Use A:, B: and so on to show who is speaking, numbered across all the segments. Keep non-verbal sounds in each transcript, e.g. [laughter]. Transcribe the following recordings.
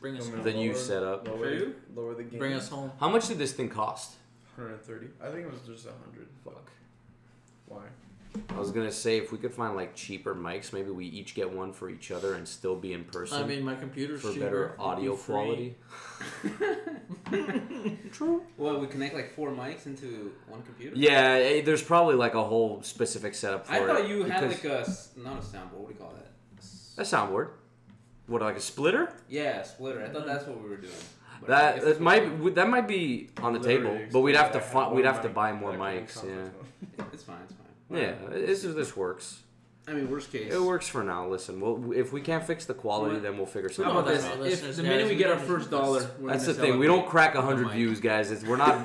A: Bring us
B: No,
A: home.
C: The new
B: lower-
C: setup.
B: Lower,
A: For you?
B: lower the game.
A: Bring us home.
C: How much did this thing cost?
B: 130. I think it was just 100.
C: Fuck.
B: Why?
C: I was gonna say if we could find like cheaper mics, maybe we each get one for each other and still be in person
A: I mean, my computer's
C: for
A: cheaper.
C: better
A: It'd be
C: audio
A: free.
C: quality.
D: Well, we connect like four mics into one computer.
C: Yeah, eh, there's probably like a whole specific setup for
D: I
C: it.
D: thought you had
C: because-
D: like a s- not a soundboard. What do you call that? S-
C: a soundboard. What like a splitter?
D: Yeah, splitter. I thought that's what we were doing. But I
C: That
D: guess
C: that
D: that's
C: might
D: what
C: would- that might be on the
B: Literally
C: table, but we'd have to
B: explained
C: fi-
B: that
C: we'd
B: one
C: have to
B: mic
C: buy more
B: that couldn't
C: mics.
B: come
C: Yeah,
B: with one.
D: we- It's fine. It's fine.
C: yeah. This is this works.
D: I mean, worst case.
C: It works for now. Listen, we'll, if we can't fix the quality,
D: Well,
C: then we'll figure
D: How
C: something.
D: about
C: out.
D: this?
A: Our
D: If
A: listeners,
D: the minute
A: guys,
D: we
A: we
D: get our
A: don't
D: first
A: need
D: dollar,
A: this.
D: we're
C: That's the
D: gonna
C: thing. We don't
D: celebrate.
C: crack hundred
D: mic.
C: views, guys. It's, we're not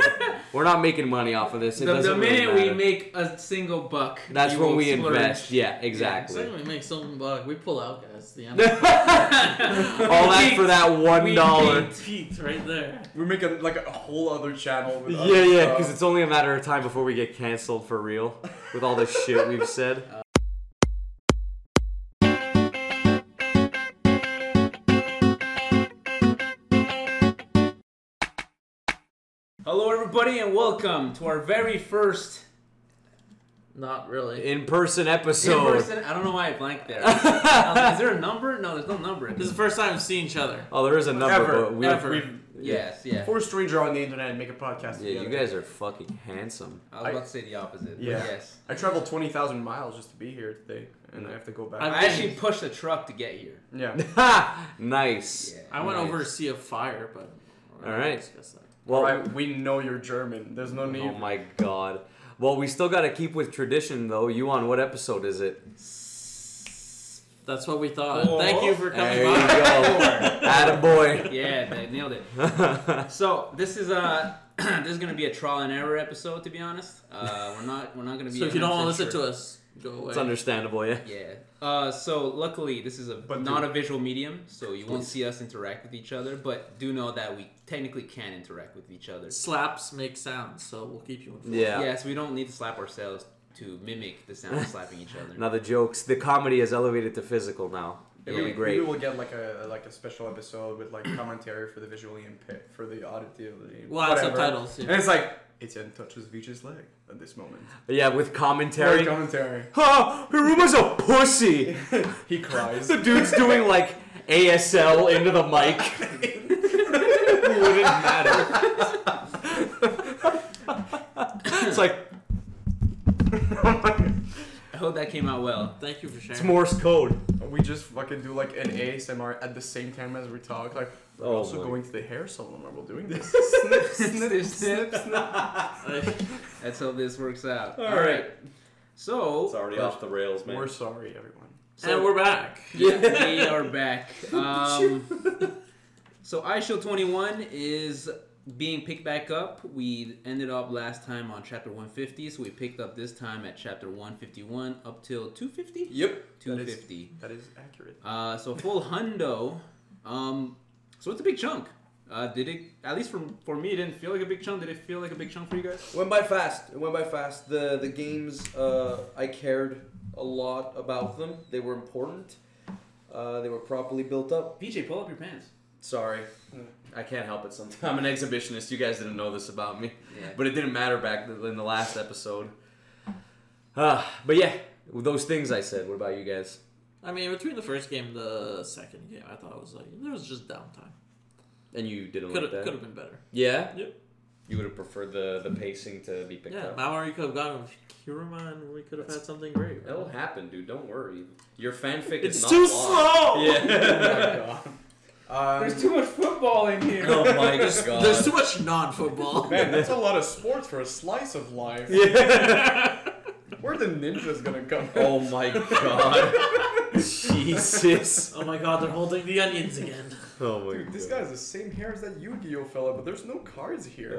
C: we're not making money off of this. It
D: The, the
C: doesn't really
D: minute we
C: matter.
D: make a single buck,
C: that's when
D: will
C: we
D: splurge.
C: invest. Yeah, exactly. [laughs]
A: Second, we make something buck. We pull out, guys. The end.
C: All that for that one
A: we
C: dollar.
A: peaked- peaked right there.
B: We make a, like a whole other channel. With Uh,
C: Yeah,
B: other
C: yeah,
B: stuff.
C: because it's only a matter of time before we get canceled for real
B: [laughs]
C: with all the shit we've said.
D: Hello, everybody, and welcome to our very first
A: Not really.
C: In person episode.
D: in-person- I don't know why I
C: [laughs]
D: blanked there. I was like, Is there a number? No, there's no number.
A: This is the first time we've seen each other.
C: Oh, there is a number,
B: Ever,
C: but we
A: ever.
D: yes, yeah.
B: Four stranger on the internet and make a podcast.
C: Yeah,
B: together.
C: you guys are fucking handsome.
D: I was about to say the opposite. but
B: Yeah.
D: Yes.
B: I traveled twenty thousand miles just to be here today, and I have to go back.
A: I-
D: I actually pushed a truck to get here.
B: yeah.
C: Ha! nice.
A: I went
C: Nice.
A: over to see a fire, but we're not
C: All right.
A: gonna discuss that.
C: Well,
B: Right, we know you're German. There's no need.
C: oh my god. Well, we still got to keep with tradition, though. You on what episode is it?
A: That's what we thought.
D: Four.
A: Thank you for
C: There
A: coming
C: you
A: by.
C: go.
D: [laughs]
C: Attaboy.
D: Yeah, they nailed it. [laughs] So this is a [clears throat] this is gonna be a trial and error episode. To be honest, uh, [laughs] we're not we're not gonna
A: [laughs]
D: be.
A: So if you don't want to
D: 100%
A: listen
D: sure.
A: to us, go away.
C: it's understandable, yeah.
D: Yeah. Uh, so luckily, this is a
B: But
D: not
B: do-
D: a visual medium, so you won't see us interact with each other. But do know that we technically can interact with each other.
A: Slaps make sounds, so we'll keep you informed.
C: Yeah.
D: Yes, we don't need to slap ourselves to mimic the sound of slapping each
A: [laughs]
D: other.
C: Now the jokes, the comedy has elevated to physical now. It'll be
D: Yeah.
C: great.
B: Maybe we'll get like a like a special episode with like commentary for the visually impaired, for the auditively.
A: We'll add
B: whatever.
A: subtitles, yeah.
B: And it's like Etienne touches Vijay's leg at this moment.
C: Yeah, with
B: Very
C: commentary.
B: commentary.
C: Ha! Hiruma's a pussy.
B: He cries.
C: The
B: [laughs]
C: dude's doing like ASL into the [laughs] mic. Wouldn't matter. it's like
D: I hope that came out well.
A: Thank you for sharing.
C: it's Morse code.
B: we just fucking do like an ASMR at the same time as we talk. Like we're
C: Oh
B: also
C: my-
B: going to the hair salon while we're doing this. snip, [laughs] snip, snip, snip.
D: Let's hope this works out.
B: All
D: All right. So
C: already
B: off
C: the rails,
B: We're sorry, everyone.
A: and we're back.
D: Yeah, we
B: [laughs]
D: are back. Um, so iShow 21 is being picked back up. We ended up last time on chapter 150, so we picked up this time at chapter 151 up till 250?
B: Yep. That is,
D: 250.
B: that is accurate.
D: Uh, so full hundo. Um, so it's a big chunk. Uh, did it, at least for, for me, it didn't feel like a big chunk. Did it feel like a big chunk for you guys?
E: Went by fast. It went by fast. The the games uh, I cared a lot about them. They were important. Uh, they were properly built up.
D: PJ, pull up your pants.
E: Sorry, I can't help it. Sometimes I'm an exhibitionist. You guys didn't know this about me,
D: Yeah.
E: but it didn't matter back th- in the last episode. Uh, but yeah, those things I said. What about you guys?
A: I mean, between the first game and the second game, I thought it was like there was just downtime.
E: And you didn't
A: Could
E: like
A: have
E: that.
A: could have been better.
E: Yeah.
A: Yep.
E: You would have preferred the the pacing to be picked
A: yeah,
E: up.
A: Maori could have gotten with Kiruma, and we could have had something great.
E: It'll happen, dude. Don't worry. Your fanfic
A: It's
E: is not long.
A: too slow.
E: Yeah.
B: Oh my god. Um,
D: too much football in here.
E: oh
C: [laughs]
E: my god.
A: There's too much non-football.
B: [laughs] Man, that's a lot of sports for a slice of life. Where the ninjas gonna
C: [laughs]
B: come from?
E: Oh my god. Jesus.
A: [laughs] oh my god, they're holding the onions
C: [laughs]
A: again.
C: Oh my
B: Dude, this
C: god.
B: guy has the same hair as that Yu-Gi-Oh fella, but there's no cards
C: [laughs]
B: here.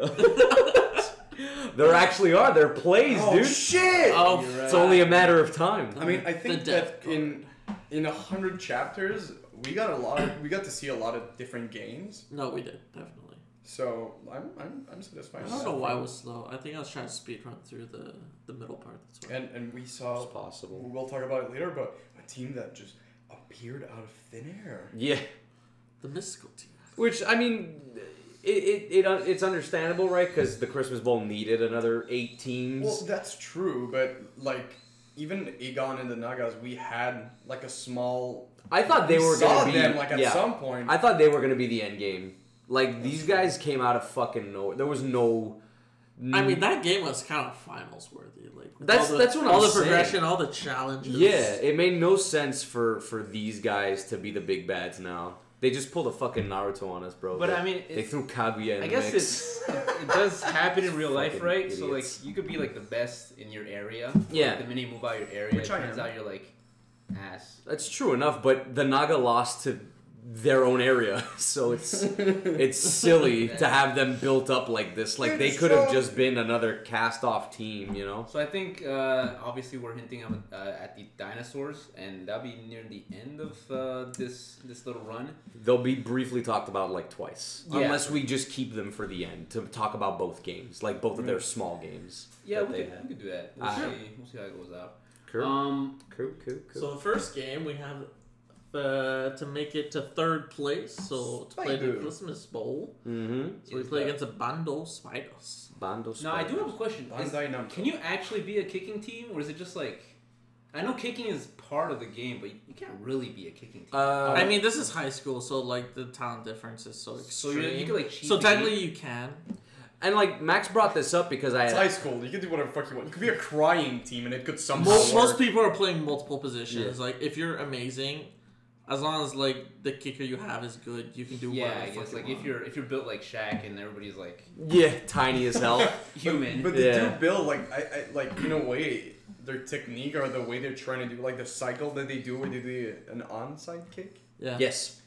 C: There actually are. There are plays, dude.
B: shit!
A: Oh,
C: It's only a matter of time.
B: I mean, I
A: The
B: think
A: death
B: that in in a hundred chapters, we got a lot. Of, we got to see a lot of different games.
A: no, we did definitely.
B: So I'm I'm, I'm satisfied.
A: I don't know why it was slow. I think I was trying to speed run through the the middle part. That's why.
B: And and we saw.
C: It's possible.
B: We'll talk about it later, but a team that just appeared out of thin air.
C: Yeah.
A: The mystical team.
C: Which I mean, it, it, it it's understandable, right? Because the Christmas Bowl needed another eight teams.
B: Well, that's true, but like even Egon and the Nagas, we had like a small.
C: I thought they
B: we
C: were
B: saw
C: gonna be
B: them like at
C: yeah.
B: some point. [laughs]
C: I thought they were gonna be the end game. Like these guys came out of fucking nowhere. There was no.
A: I mean, that game was kind of finals worthy. Like with
C: That's-
A: all the,
C: that's what
A: all
C: I'm
A: the
C: saying.
A: progression, all the challenges.
C: Yeah, it made no sense for for these guys to be the big bads now. They just pulled a fucking Naruto on us, bro.
D: But
C: They-
D: I mean,
C: they
D: it-
C: threw Kaguya in
D: I
C: the
D: guess
C: mix.
D: it's it does happen in real life,
C: Fucking
D: right? So like
C: idiots.
D: you could be like the best in your area.
C: Yeah.
D: The minute you move out your area,
B: Which
D: it
B: I
D: turns
B: am.
D: out you're like ass.
C: That's true enough, but the Naga lost to their own area, [laughs] so it's it's silly to have them built up like this. Like they could have just been another cast-off team, you know?
D: So I think uh, obviously we're hinting at, uh, at the dinosaurs, and that'll be near the end of uh, this this little run.
C: They'll be briefly talked about like twice,
D: Yeah.
C: unless we just keep them for the end to talk about both games, like both of their small games.
D: Yeah,
C: that
D: we
C: they
D: could,
C: had.
D: we could do that. We'll
C: Uh,
D: see. We'll see how it goes out.
C: Cool,
D: Um,
C: cool, cool, cool.
A: So the first game we have uh, to make it to third place, so to play the
B: Spiders.
A: Christmas Bowl.
C: mm-hmm.
A: So we
D: Is
A: play
D: that-
A: against a bando spiders.
C: Bando.
D: now I do have a
C: Spiders.
D: question. Is-
B: Bandai Namco.
D: can you actually be a kicking team, or is it just like? I know kicking is part of the game, but you can't really be a kicking team.
C: Uh,
A: I mean, this is high school, so like the talent difference is so
D: so
A: extreme.
D: you, you can like cheat.
A: so
D: the game.
A: technically, you can.
C: and like Max brought this up because I
B: It's
C: had
B: high school. You can do whatever the fuck you want. You could be a crying team, and it could somehow
A: Most,
B: work.
A: most people are playing multiple positions. Like if you're amazing, as long as like the kicker you have is good, you can do
D: yeah,
A: whatever.
D: I
A: the fuck
D: guess
A: you
D: like if
A: want.
D: you're if you're built like Shaq and everybody's like
C: [laughs] yeah, tiny as hell.
D: human.
B: But they do
C: Yeah.
B: build like I, I like in a way their technique or the way they're trying to do like the cycle that they do where they do an onside kick.
A: yeah.
C: [laughs] yes,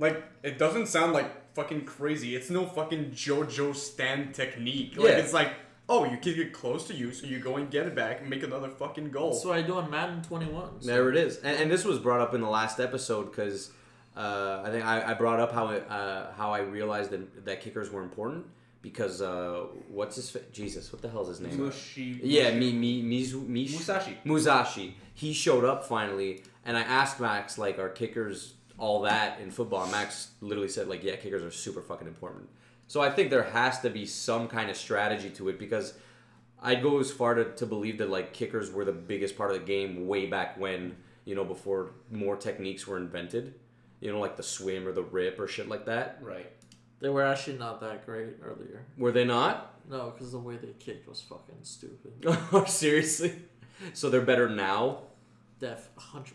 B: Like it doesn't sound like fucking crazy. It's no fucking JoJo stand technique. Like
C: Yeah.
B: it's like oh you kick it close to you, so you go and get it back and make another fucking goal.
A: That's what I do on Madden 21. so-
C: There it is, and, and this was brought up in the last episode because uh, I think I, I brought up how it, uh, how I realized that, that kickers were important because uh, what's his fa- Jesus? What the hell's his name?
D: Mushi,
C: Yeah, me, me, Mizu, Mish-
D: Musashi.
C: Musashi. He showed up finally, and I asked Max like, "Are kickers all that in football?" And Max literally said like, "Yeah, kickers are super fucking important." So I think there has to be some kind of strategy to it because I'd go as far to, to believe that like kickers were the biggest part of the game way back when you know before more techniques were invented, you know like the swim or the rip or shit like that.
D: Right.
A: They were actually not that great earlier.
C: Were they not? [laughs]
A: No, because the way they kicked was fucking stupid.
C: Seriously. So they're better now.
A: Def 100%.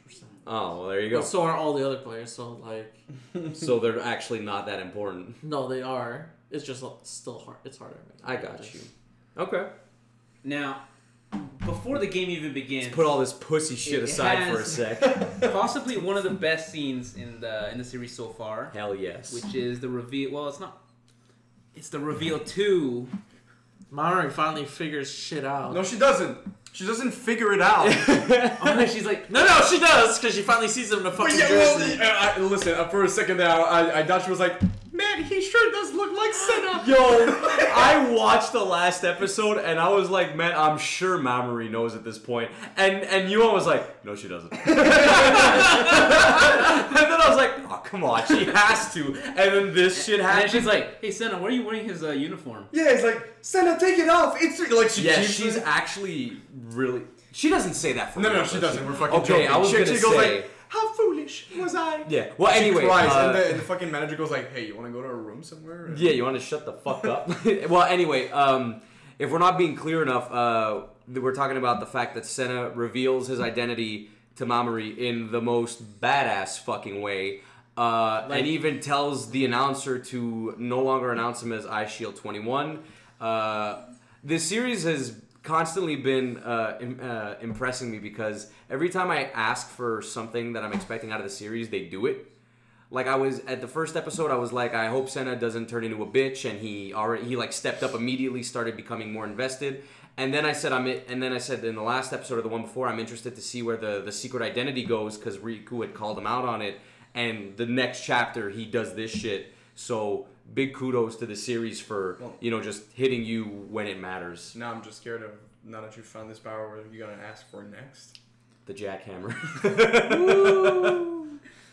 C: Oh, well, there you
A: But
C: go.
A: so are all the other players, so
D: [laughs]
A: like,
C: so they're actually not that important.
A: no, they are. It's just uh, still hard. It's harder.
C: I got you. Okay.
D: Now, before the game even begins,
C: Put all this pussy shit
D: It
C: aside for a
D: has- [laughs]
C: sec.
D: possibly one of the best scenes in the in the series so far,
C: Hell yes.
D: which is the reveal. Well, it's not. It's the reveal to
A: Monterey finally figures shit out.
B: no, she doesn't. She doesn't figure it
C: [laughs]
B: out.
D: Oh, she's like,
A: No, no, she does because she finally sees him in a fucking
B: But yeah, well,
A: jersey.
B: I, I- listen uh, for a second there. I, I thought she was like, man, he sure does look like Senna.
C: Yo, I watched the last episode and I was like, man, I'm sure Mamory knows at this point. And and Yuan was like, no, she doesn't. [laughs] and then I was like, oh come on, she has to. And then this shit
D: and then
C: happens.
D: she's like, hey Senna, why are you wearing his uh, uniform?
B: Yeah, he's like, Senna, take it off. It's like she
C: Yeah,
B: keeps
C: she's
B: it.
C: actually really. She doesn't say that for
B: No, no,
C: real,
B: she
C: does
B: doesn't. We're fucking
C: okay,
B: joking.
C: I was
B: she
C: gonna
B: actually
C: say.
B: goes like, "How foolish was I?"
C: yeah. Well, anyway,
B: she cries,
C: uh,
B: and, the, and the fucking manager goes like, "Hey, you want to go to a room somewhere?" And-
C: Yeah, you want to shut the fuck up? [laughs] well, anyway, um, if we're not being clear enough, uh, th- we're talking about the fact that Senna reveals his identity to Mamoru in the most badass fucking way. Uh, and even tells the announcer to no longer announce him as Eye Shield 21. Uh, this series has constantly been uh, im- uh, impressing me because every time I ask for something that I'm expecting out of the series, they do it like I was at the first episode, I was like, I hope Senna doesn't turn into a bitch, and he already he like stepped up immediately, started becoming more invested, and then I said I'm i- and then I said in the last episode or the one before, I'm interested to see where the the secret identity goes because Riku had called him out on it, and the next chapter he does this shit. So big kudos to the series for you know just hitting you when it matters.
B: Now I'm just scared of now that you found this power, what are you gonna ask for next?
C: The jackhammer.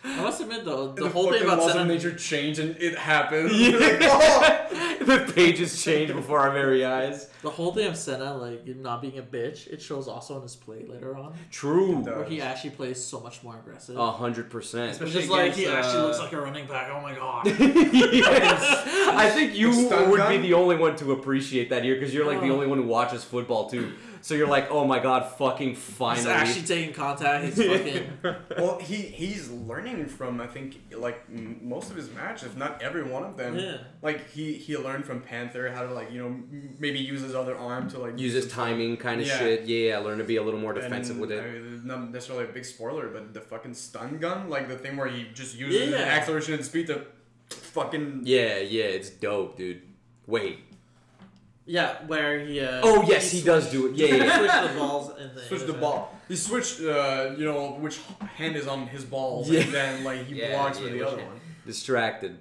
A: I must admit though, the,
B: the
A: whole thing
B: fucking
A: about
B: laws
A: Senna,
B: of nature change and it
C: [laughs]
B: happens. Like, oh!
C: [laughs] the pages change before our very eyes.
A: the whole thing of Senna like not being a bitch, it shows also on his play later on,
C: True.
B: It
A: where he actually plays so much more aggressive.
C: A hundred percent.
A: It's
D: Especially
A: just like he
D: against,
A: actually
D: uh,
A: looks like a running back. Oh my god. [laughs]
C: Yes. I think you
B: The stun
C: would be
B: gun?
C: the only one to appreciate that here because you're like the
A: Oh.
C: only one who watches football too. So you're like, oh my god, fucking
A: He's
C: finally.
A: actually taking contact.
C: [laughs]
A: He's fucking.
B: well, he he's learning from I think like m- most of his matches, if not every one of them.
A: Yeah.
B: Like he he learned from Panther how to like you know m- maybe use his other arm to like
C: Use his timing kind of
B: Yeah.
C: shit. Yeah, learn to be a little more defensive
B: And,
C: with
B: I
C: it.
B: mean, not necessarily a big spoiler, but the fucking stun gun, like the thing where he just uses his
A: Yeah.
B: acceleration and speed to fucking
C: Yeah, yeah, it's dope, dude. Wait.
A: Yeah, where he. Uh,
C: Oh yes, he does do it. Yeah, yeah. yeah.
A: Switch the balls and then
B: switch the ball. He switched, uh, you know, which hand is on his balls,
C: [laughs] Yeah.
B: and then like he
D: Yeah,
B: blocks
D: yeah,
B: with the
D: which
B: other
D: hand.
B: one.
C: Distracted.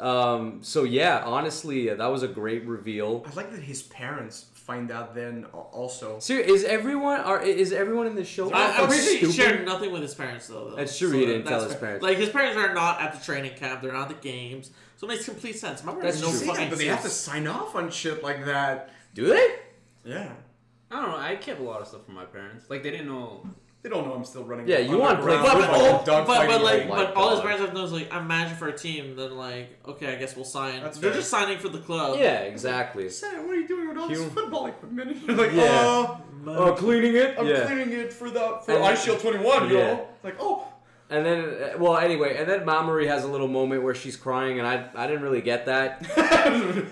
C: Um. So yeah, honestly, uh, that was a great reveal.
B: I like that his parents find out then al- also.
C: Sir, is everyone are is everyone in the show?
A: I, I
C: fucking
A: wish he
C: stupid?
A: shared nothing with his parents though. though.
C: That's true, he didn't
A: that's
C: tell his
A: fair.
C: parents.
A: Like his parents are not at the training camp. They're not at the games, so it makes complete sense. My parents
C: That's
A: know
C: true.
B: See that,
A: fucking
B: but they have to
A: sense.
B: sign off on shit like that.
C: Do they?
B: Yeah,
D: I don't know. I kept a lot of stuff from my parents. Like they didn't know.
B: they don't know I'm still running.
C: Yeah,
B: on
C: you
B: the
C: want to play
B: ground,
A: But, but,
C: football.
B: fucking
A: all, but,
B: dogfighting
A: but like,
C: Oh my
A: but all his
C: God.
A: parents have known is like, I'm managing for a team. Then like, okay, I guess we'll sign.
B: That's
A: They're
B: fair.
A: just signing for the club.
C: Yeah, exactly.
B: Sam, what are you doing with all
C: Hugh.
B: this football equipment? [laughs] And You're like,
C: Yeah.
B: oh,
C: Oh, cleaning it.
B: I'm
C: yeah.
B: clearing it for the for
C: And-
B: Ice Shield 21,
C: Yeah.
B: yo. It's like, [laughs] oh,
C: And then, uh, well, anyway, and then Mamoru has a little moment where she's crying, and I, I didn't really get
D: [laughs]
C: that.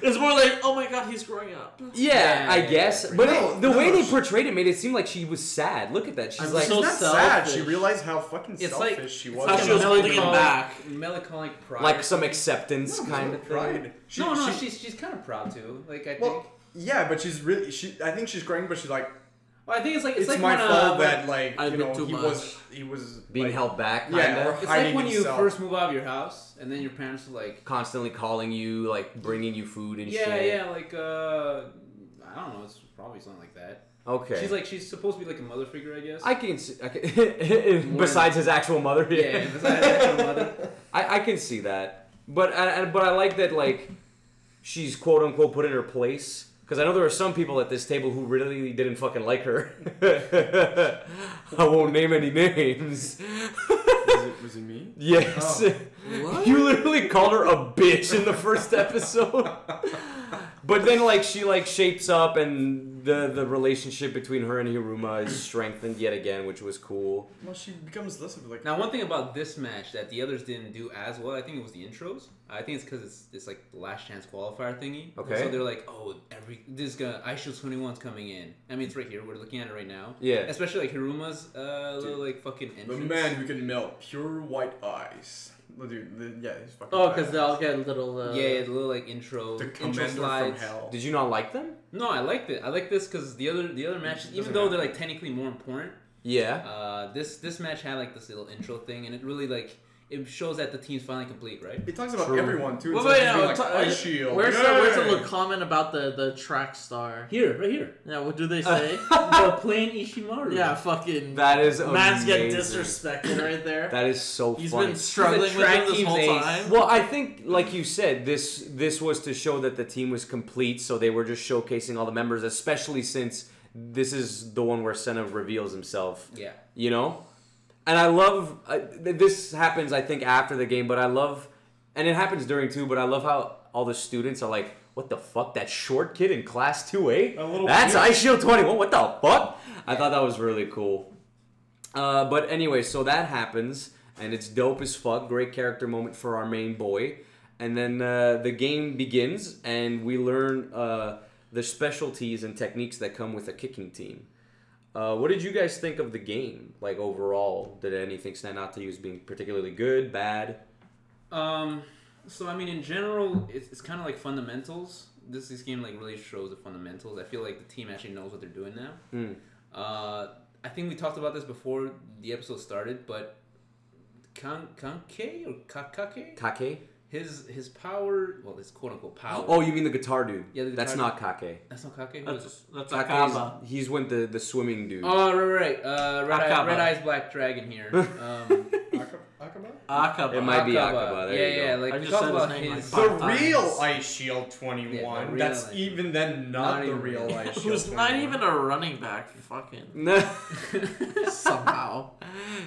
A: It's more like, oh my god, he's growing up.
C: Yeah,
D: Yeah,
C: I
D: yeah,
C: guess.
B: yeah.
C: But
B: No,
C: it- the
B: no,
C: way they
B: she-
C: portrayed it made it seem like she was sad. Look at that. She's
A: I'm
C: like,
A: so
B: it's not sad.
A: selfish.
B: She realized how fucking
D: It's
B: selfish
D: like-
B: she
D: it's
B: was.
A: How she was holding him back.
D: Melancholic pride.
C: like some acceptance
B: No, there's
C: kind
B: no
C: of thing.
B: pride. She,
D: no, no,
B: she-
D: she's she's kind of proud too. Like I
B: Well,
D: think.
B: yeah, but she's really. She, I think she's crying, but she's like,
D: Well, I think it's like
B: it's,
D: it's, like
B: my
D: when, uh,
B: fault
D: when-
B: that like
A: I
B: you
A: did
B: know
A: too
B: he
A: much.
B: was he was
C: Being
B: like,
C: held back,
B: Yeah,
C: kind of.
B: or-
D: It's like
B: hiding
D: when you
B: himself.
D: first move out of your house and then your parents are like,
C: Constantly calling you, like bringing you food and
D: yeah,
C: shit.
D: yeah, like uh, I don't know, it's probably something like that.
C: Okay.
D: She's like she's supposed to be like a mother figure, I guess.
C: I can see. I can, [laughs] besides his actual mother,
D: [laughs]
C: [laughs]
D: yeah, besides actual mother.
C: I, I can see that, but I, I- but I like that like she's quote unquote put in her place because I know there are some people at this table who really didn't fucking like her. [laughs] I won't name any names. [laughs]
B: Was it, was it me?
C: Yes,
A: What?
C: you literally called her a bitch in the first episode. But then like she like shapes up and the the relationship between her and Hiruma is strengthened yet again, which was cool.
B: Well, she becomes less of like.
D: Now, one thing about this match that the others didn't do as well, I think it was the intros. I think it's because it's, it's like the last chance qualifier thingy.
C: Okay.
D: So they're like, oh, every this guy, iShield 21's coming in. I mean, it's right here. We're looking at it right now.
C: Yeah.
D: Especially like Hiruma's uh, little like fucking
B: The
D: entrance.
B: man who can melt pure white ice. The dude, the, yeah, he's fucking.
A: Oh, because
B: badass.
A: they all get little. Uh,
D: Yeah, yeah, the little like intro,
B: the
D: intro
B: commander from
D: slides.
B: hell.
C: Did you not like them?
D: No, I liked it. I like this because the other the other matches, even
B: Doesn't
D: though
B: matter.
D: they're like technically more important,
C: Yeah.
D: uh, this this match had like this little intro thing, and it really like it shows that the team's finally complete, right?
B: It talks about
C: True.
B: everyone too.
A: Wait,
B: It's
A: wait,
B: like,
A: no,
B: like,
A: t-
B: Ice
A: uh,
B: Shield.
A: Where's the, where's the
B: yay!
A: little comment about the, the track star?
D: Here, right
B: [laughs]
D: here.
A: Yeah, what [laughs] do they say?
D: the plain Ishimaru.
A: yeah, fucking.
C: That is
A: man's get
C: amazing.
A: disrespected right there.
C: That is so
A: He's
C: funny.
A: been struggling with
D: track
A: him this
D: team's
A: whole
D: ace.
A: time.
C: well, I think, like you said, this this was to show that the team was complete, so they were just showcasing all the members, especially since this is the one where Senna reveals himself.
D: Yeah.
C: You know, and I love uh, th- this happens. I think after the game, but I love, and it happens during too. But I love how all the students are like, "What the fuck? That short kid in class two A?
B: That little
C: That's
B: kid."
C: Ice Shield twenty one. What the fuck?" I thought that was really cool. Uh, but anyway, so that happens, and it's dope as fuck. Great character moment for our main boy. And then uh, the game begins, and we learn uh, the specialties and techniques that come with a kicking team. Uh, what did you guys think of the game? Like overall, did anything stand out to you as being particularly good, bad?
D: Um. So I mean, in general, it's, it's kind of like fundamentals. This this game like really shows the fundamentals. I feel like the team actually knows what they're doing now.
C: Mm.
D: Uh, I think we talked about this before the episode started, but Kan Kanke or Kakake,
C: Kake?
D: his his power, well, his quote unquote power.
C: Oh, you mean the guitar dude?
D: Yeah, the
C: That's
D: guitar
C: not Kake.
D: that's not Kake. Who is it?
A: That's that's a Akaba.
C: Kake's, he's with the the swimming dude. [laughs]
D: Oh right, right, right. Uh, red, Eye,
A: Akaba.
D: red eyes black dragon here. Um,
B: Akaba? Akaba?
A: Akaba.
C: It might be Akaba, there
D: Yeah,
C: you
D: yeah.
C: go.
D: Like
A: I
D: we
A: just
D: talked
A: said his
D: about
A: name, like,
D: his.
A: five-
B: The
A: times.
B: real Ice Shield 21.
D: Yeah, the real
B: That's
D: Ice-
B: even then not,
D: Not
B: the
A: [laughs]
D: even
B: real
D: real.
B: Ice Shield.
A: Who's not
B: 21.
A: even a running back, fucking
C: No.
A: somehow.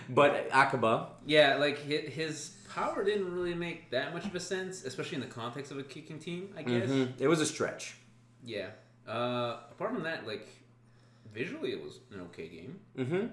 C: but Akaba.
D: yeah, like his, his power didn't really make that much of a sense, especially in the context of a kicking team. I guess.
A: Mm-hmm.
C: mhm, It was a stretch.
D: Yeah. Uh, apart from that, like visually, it was an okay game.
C: Mm-hmm.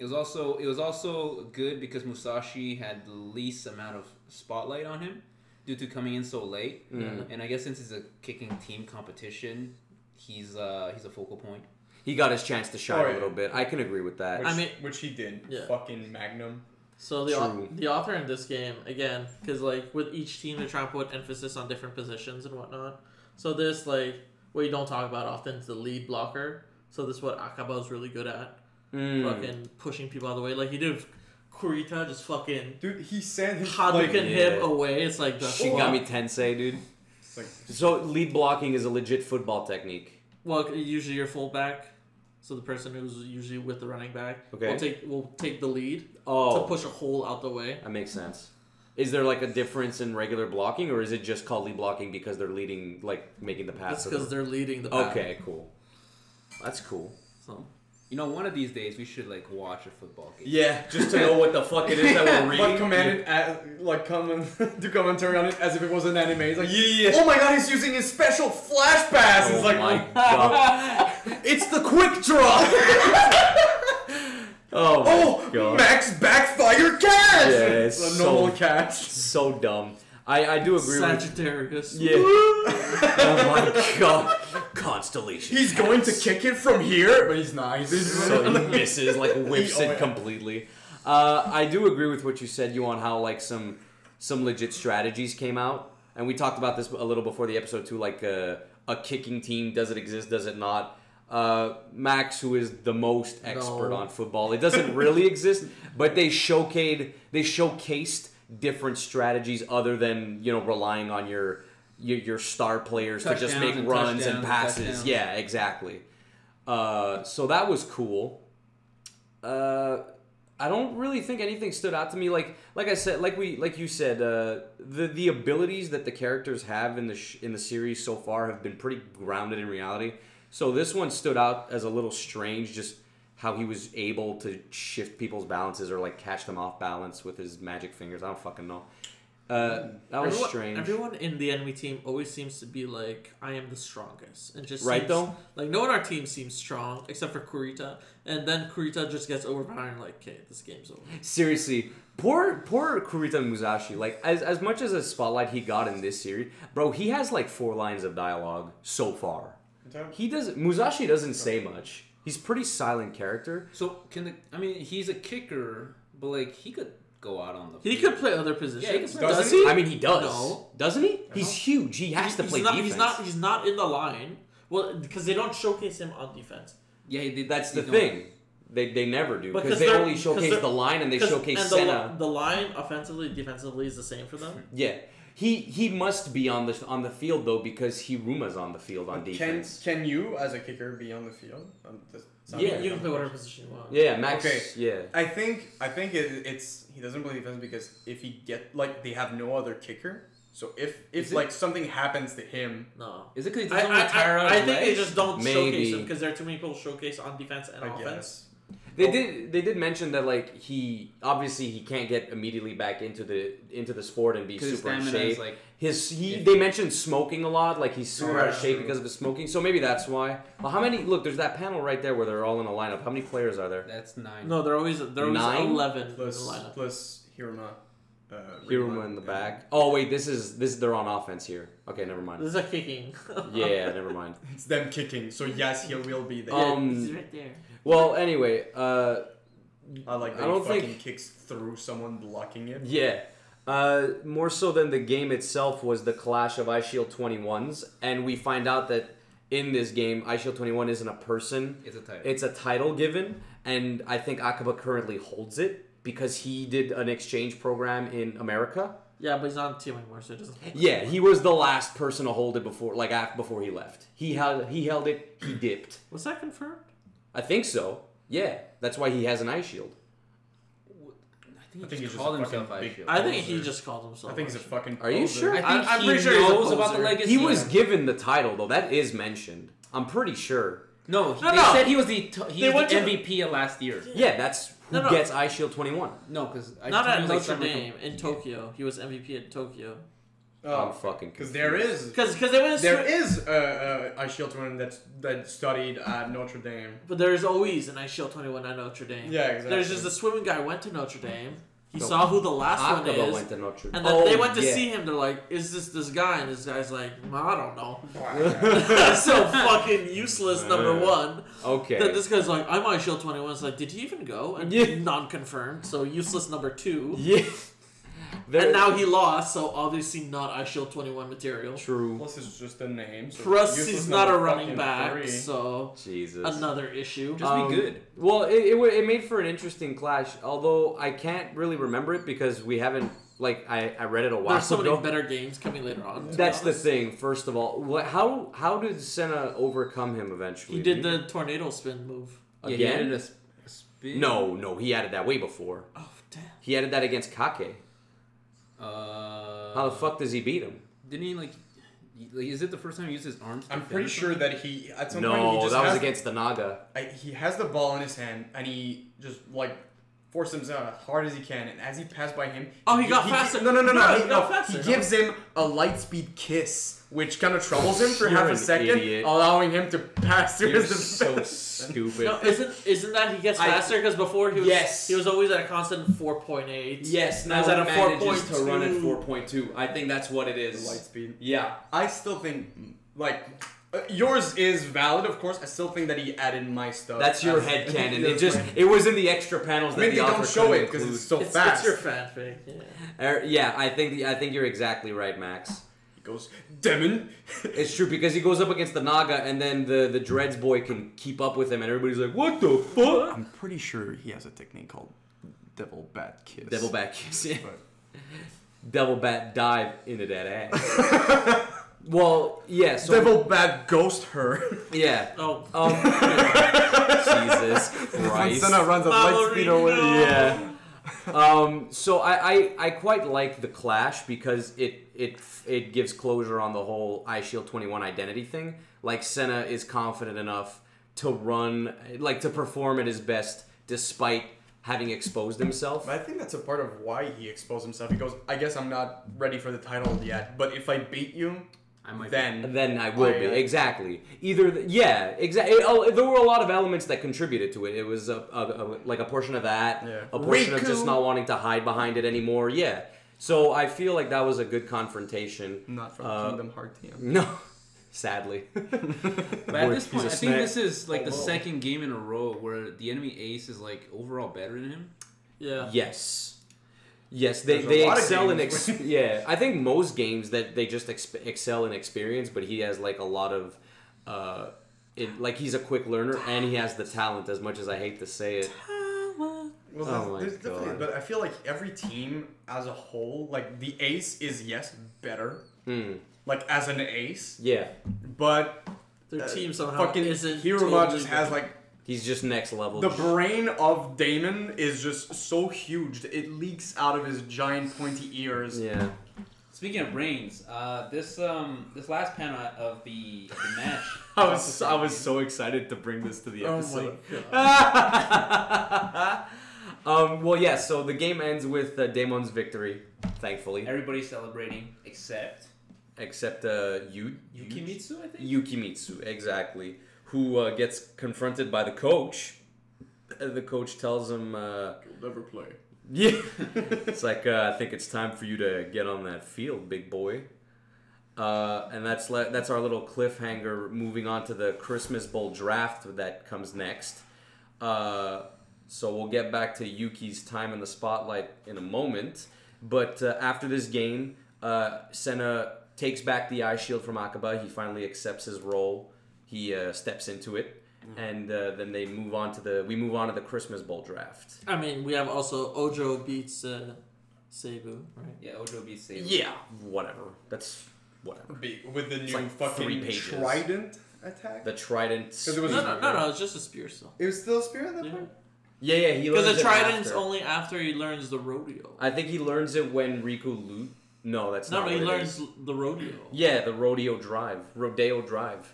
D: It was also it was also good because Musashi had the least amount of spotlight on him due to coming in so late.
A: Mm-hmm.
C: Mm.
D: And I guess since it's a kicking team competition, he's uh he's a focal point.
C: He got his chance to shine
B: Oh, yeah.
C: a little bit. I can agree with that.
B: Which,
A: I mean-
B: which he did.
A: Yeah.
B: Fucking Magnum.
A: So the au-
C: True.
A: the author in this game again, because like with each team they try and put emphasis on different positions and whatnot. So this like what you don't talk about often is the lead blocker. So this is what Akaba is really good at,
C: Mm.
A: fucking pushing people out of the way. Like he did with Kurita, just fucking
B: Dude, he sent his
A: Hadouken
B: like,
A: him
C: yeah.
A: away. It's like the
C: Shigami Tensei, dude.
B: it's like,
C: So lead blocking is a legit football technique.
A: Well, usually your fullback, so the person who's usually with the running back,
C: Okay.
A: will take will take the lead to
C: Oh,
A: push a hole out the way.
C: that makes sense. Is there like a difference in regular blocking, or is it just called lead blocking because they're leading, like making the pass?
A: That's
C: to
A: because
C: the-
A: they're leading the pack.
C: okay, cool. That's cool.
A: So
D: You know, one of these days we should like watch a football game.
C: Yeah, just to know what the fuck it is that [laughs] we're
B: but commanded as, like [laughs] comment do commentary on it as if it was an anime. He's like, oh my god, he's using his special flash pass.
C: Oh
B: it's like,
C: [laughs] my god! it's the quick [laughs] draw. oh, my
B: oh,
C: god.
B: Max backfire catch.
C: Yeah, it's
B: a
C: so-
B: normal
C: [laughs]
B: catch.
C: so dumb. I I do agree with.
A: Sagittarius.
C: Yeah. oh my god! Constellation.
B: He's going to kick it from here, but he's not. He's [laughs]
C: so he misses, like whips
B: Oh, yeah.
C: it completely. Uh, I do agree with what you said, you on how like some some legit strategies came out, and we talked about this a little before the episode too. Like uh, a kicking team, does it exist? Does it not? Uh, Max, who is the most expert
A: No.
C: on football, it
B: [laughs]
C: doesn't really exist, but they showcased they showcased different strategies other than you know relying on your your, your star players to just
D: Touchdowns
C: make
D: and
C: runs
D: touchdowns
C: and
D: and
C: passes.
D: touchdowns.
C: yeah, exactly. Uh, so that was cool. Uh, I don't really think anything stood out to me. Like like I said, like we like you said, uh, the the abilities that the characters have in the sh- in the series so far have been pretty grounded in reality. So this one stood out as a little strange, just how he was able to shift people's balances or like catch them off balance with his magic fingers. I don't fucking know. Uh, that was
A: everyone,
C: strange.
A: Everyone in the enemy team always seems to be like, I am the strongest. And just
C: Right,
A: seems-
C: though?
A: Like no one on our team seems strong except for Kurita. And then Kurita just gets overpowered and like, okay, this game's over.
C: Seriously, poor poor Kurita Musashi. Like as as much as a spotlight he got in this series, bro, he has like four lines of dialogue so far. He doesn't Musashi doesn't say much. He's pretty silent character.
D: So can the I mean he's a kicker, but like he could go out on the
A: He
D: field.
A: could play other positions.
D: Yeah, he could play
B: Does
A: Does
B: he?
A: he?
C: I mean, he does,
A: No.
C: doesn't he? He's huge. He has to
A: he's
C: play
A: not,
C: defense.
A: He's not he's not in the line. Well, because they don't showcase him on defense.
D: Yeah, he did.
C: That's
D: he
C: the
D: don't-
C: thing. They, they never do because
A: Because
C: they
A: they're-
C: only
A: 'cause
C: showcase
A: they're-
C: the line and they
A: 'Cause-
C: showcase
A: and the,
C: Senna.
A: li- the line offensively, defensively is the same for them.
C: yeah, he he must be on the on the field though because Hiruma's on the field on
B: Can
C: defense.
B: can you as a kicker be on the field? Um, does- sounds
A: Yeah,
B: like
A: you
B: I'm-
A: can play whatever position you want.
C: yeah, Max.
B: Okay.
C: Yeah.
B: I think I think it, it's he doesn't play defense because if he get like they have no other kicker, so if if
D: Is it-
B: like something happens to him,
A: No.
D: Is it because he
A: I,
D: doesn't
A: I,
D: want to tire
A: I,
D: out
A: I
D: his
A: think they
D: legs?
A: just don't showcase
C: Maybe.
A: him because there are too many people who showcase on defense and
B: I
A: offense.
B: guess
C: They
B: Oh.
C: did. They did mention that like he obviously he can't get immediately back into the into the sport and be
D: 'Cause his
C: super in
D: stamina is,
C: shape.
D: like- Oh,
C: his he they mentioned smoking a lot. Like he's super out of
B: Yeah.
C: shape because of his smoking. So maybe that's why. Well, how many? Look, there's that panel right there where they're all in a lineup. How many players are there?
D: That's nine.
A: No, they're always they're always
C: Nine?
A: eleven in the
B: plus
A: lineup.
B: plus Hiruma, uh,
C: Hiruma in the
B: yeah.
C: back. Oh wait, this is this. They're on offense here. Okay, never mind.
D: [laughs]
A: This is a kicking. [laughs]
C: Yeah, never mind.
B: It's them kicking, so yes, he will be there.
C: Um,
A: He's right there.
C: Well, anyway, uh,
B: I like that
C: I don't
B: he fucking
C: think-
B: kicks through someone blocking it.
C: Yeah. Uh, more so than the game itself was the clash of Ice Shield 21s, and we find out that in this game, Ice Shield 21 isn't a person,
D: It's a title.
C: it's a title given, and I think Akaba currently holds it because he did an exchange program in America.
A: Yeah, but he's not on the team anymore, so it doesn't.
C: Yeah, he was the last person to hold it before, like af- before he left. He held, he held it, he dipped.
A: Was that confirmed?
C: I think so. Yeah, that's why he has an ice shield.
D: I think think he
B: I think he's just
D: just called
B: a
D: himself
B: fucking
D: I
B: big-
D: Shield.
A: I think he
B: Poser.
A: just called himself.
B: I think he's a
A: Iron
B: fucking.
C: Are you
B: poser.
C: sure?
D: I
A: I-
D: think
A: I'm
D: he
A: pretty sure he's a
D: knows about the
A: poser.
D: legacy.
C: He was given the title though. That is mentioned. I'm pretty sure.
A: No,
D: no. they
A: no.
D: said he was the t- he
A: They went
D: was the
A: to-
D: MVP of last year.
C: Yeah, that's who
A: No, no.
C: gets Eye Shield 21.
D: No, because
A: Man. Not at
D: like
A: Notre
D: summer
A: Dame in Tokyo. He was MVP at Tokyo.
C: I'm
B: Oh,
C: fucking
B: because
C: confused.
B: there is
A: Because because they went.
B: there
A: There
B: is a, a, a shield one that's that studied at Notre Dame.
A: but there's always an Ice Shield 21 at Notre Dame.
B: Yeah, exactly.
A: There's just the swimming guy went to Notre Dame. He
C: No.
A: saw who the last one
C: Akaba
A: is.
C: went to Notre
A: and then they
C: Oh,
A: went to
C: yeah.
A: see him. They're like, "Is this this guy?" And this guy's like, "Well, "I don't
C: [laughs]
A: know."
B: [laughs] Wow.
A: so fucking useless. Number
C: Yeah.
A: one.
C: Okay. [laughs]
A: Then this guy's like, "I'm Ice Shield 21." It's like, did he even go? And
C: Yeah.
A: non-confirmed. So useless. Number two.
C: yeah. There-
A: And now he lost, so obviously not I Shield 21 material.
C: True.
B: Plus, it's just a name. So
A: Plus,
B: useless
A: he's not a
B: number
A: running
B: fucking
A: back,
B: three.
A: so
C: Jesus.
A: another issue.
D: Just
C: Um,
D: be good.
C: Well, it, it, wa- it made for an interesting clash, although I can't really remember it because we haven't, like, I, I read it a while
A: There's so
C: ago.
A: many better games coming later on. to be
C: That's the
A: honest.
C: thing, first of all. What, how how did Senna overcome him eventually?
A: He did the tornado spin move.
D: Yeah,
C: Again?
D: he added a s- a spin.
C: No, no, he added that way before.
A: Oh damn!
C: He added that against Kake.
D: Uh,
C: How the fuck does he beat him?
D: Didn't he like? y- like, Is it the first time he used his arms? to
B: I'm
D: defend
B: pretty
D: or
B: sure
D: something?
B: that he at some point he
C: No,
B: just
C: that was
B: has-
C: against the [laughs] Naga.
B: I, he has the ball in his hand and he just like forces himself as hard as he can. And as he passed by him,
A: Oh, he got faster.
B: No, no, no, no.
A: Yeah,
B: he,
A: he got
B: no,
A: faster,
B: he
A: no?
B: gives him a light speed kiss, which kind of troubles him for
C: You're
B: half
C: an
B: a second,
C: idiot.
B: allowing him to pass through
C: You're
B: his
C: so
B: defense.
C: stupid.
A: No, isn't isn't that he gets
E: I-
A: faster? Because before he was
E: Yes.
A: he was always at a constant 4.8.
E: Yes,
A: Now
E: now
A: it's at
E: it
A: a
E: manages to
A: 4.2.
E: run at 4.2. I think that's what it
B: The light
E: is.
B: speed.
E: Yeah.
B: I still think like uh, yours is valid, of course. I still think that he added my stuff.
C: That's your
B: as- [laughs]
C: head cannon.
B: Yes,
C: It just
B: right.
C: it was in the extra panels
B: I mean,
C: that
B: they
C: the author
B: don't show
C: couldn't
B: it because it's
C: include.
B: so
A: It's, it's
B: fast.
A: your fanfic. Yeah.
C: Er, yeah, I think I think you're exactly right, Max.
B: He goes, [laughs] Demon.
C: It's true because he goes up against the Naga, and then the the Dreads boy can keep up with him, and everybody's like, "What the fuck?"
B: I'm pretty sure he has a technique called Devil Bat Kiss.
C: Devil bat kiss, yeah. Devil bat dive into that ass. [laughs] well, yeah. So
B: Devil Bat Ghost [laughs] Her.
C: yeah.
A: Oh,
C: Um, Jesus Christ.
B: Senna runs at light speed away.
A: Ballerina.
C: Yeah. Um, so I, I, I quite like the clash because it it it gives closure on the whole I Shield 21 identity thing. Like Senna is confident enough to run like to perform at his best despite having exposed himself.
B: But I think that's a part of why he exposed himself. He goes, I guess I'm not ready for the title yet, but if I beat you,
D: I might be-
B: then.
C: Then I will be
B: I- uh,
C: exactly either. th- yeah, exactly. Oh, there were a lot of elements that contributed to it. It was a, a, a- like a portion of that,
B: Yeah.
C: a portion of just
B: Riku.
C: not wanting to hide behind it anymore. Yeah. So I feel like that was a good confrontation. [laughs]
B: Not from
C: Uh,
B: Kingdom Hearts TM.
C: No, sadly. [laughs]
D: But at
C: Boy,
D: this
C: he's
D: point,
C: a
D: I think
C: snack.
D: this is like the
B: Oh, whoa.
D: second game in a row where the enemy ace is like overall better than him.
A: yeah.
C: yes. Yes, they,
B: There's a
C: they
B: lot of
C: excel in
B: games [laughs]
C: ex- yeah. I think most games that they just ex- excel in experience, but he has like a lot of, uh, it, like he's a quick learner and he has the talent. As much as I hate to say it,
B: [laughs] Well,
C: Oh
B: there's-
C: my
B: there's definitely-
C: God.
B: But I feel like every team as a whole, like the ace is, yes, better.
C: Mm.
B: Like as an ace,
C: yeah,
B: but
A: Their
B: uh,
A: team somehow
B: fucking
A: isn't.
B: Hiruma
A: totally
B: just has
A: good.
B: like
C: he's just next level.
B: the
C: Just-
B: brain of Damon is just so huge that it leaks out of his giant pointy ears.
C: yeah.
D: Speaking of brains, uh, this um this last panel of the, of the match.
B: I was I was so excited to bring this to the
A: Oh
B: episode.
C: [laughs] um, well, yeah. So the game ends with uh, Damon's victory, thankfully,
D: Everybody's celebrating except
C: except uh, Yu
D: Yukimitsu, I think.
C: Yukimitsu, exactly, who uh, gets confronted by the coach. Uh, The coach tells him, uh,
B: You'll never play.
C: "Yeah, [laughs] it's like uh, I think it's time for you to get on that field, big boy." Uh, and that's le- that's our little cliffhanger. Moving on to the Christmas Bowl draft that comes next. Uh, so we'll get back to Yuki's time in the spotlight in a moment. But uh, after this game, uh, Senna takes back the eye shield from Akaba. He finally accepts his role. He uh, steps into it, and uh, then they move on to the we move on to the Christmas Bowl draft.
A: Oh I mean, we have also Ojo beats uh, Seibu, right?
D: Yeah, Ojo beats Sable.
C: Yeah, whatever. That's whatever.
B: Be- with the new
C: like
B: fucking
C: three pages.
B: trident attack.
C: The trident.
B: it was-
A: No, no, no, no. It's just a spear still.
B: It was still a spear at that
A: Yeah.
B: point.
C: Yeah, yeah, he learns
A: Because the
C: it
A: trident's
C: after.
A: only after he learns the rodeo.
C: I think he learns it when Riku loot. No, that's
A: no,
C: not.
A: but he
C: what it
A: learns
C: is.
A: the rodeo.
C: Yeah, the rodeo drive, rodeo drive.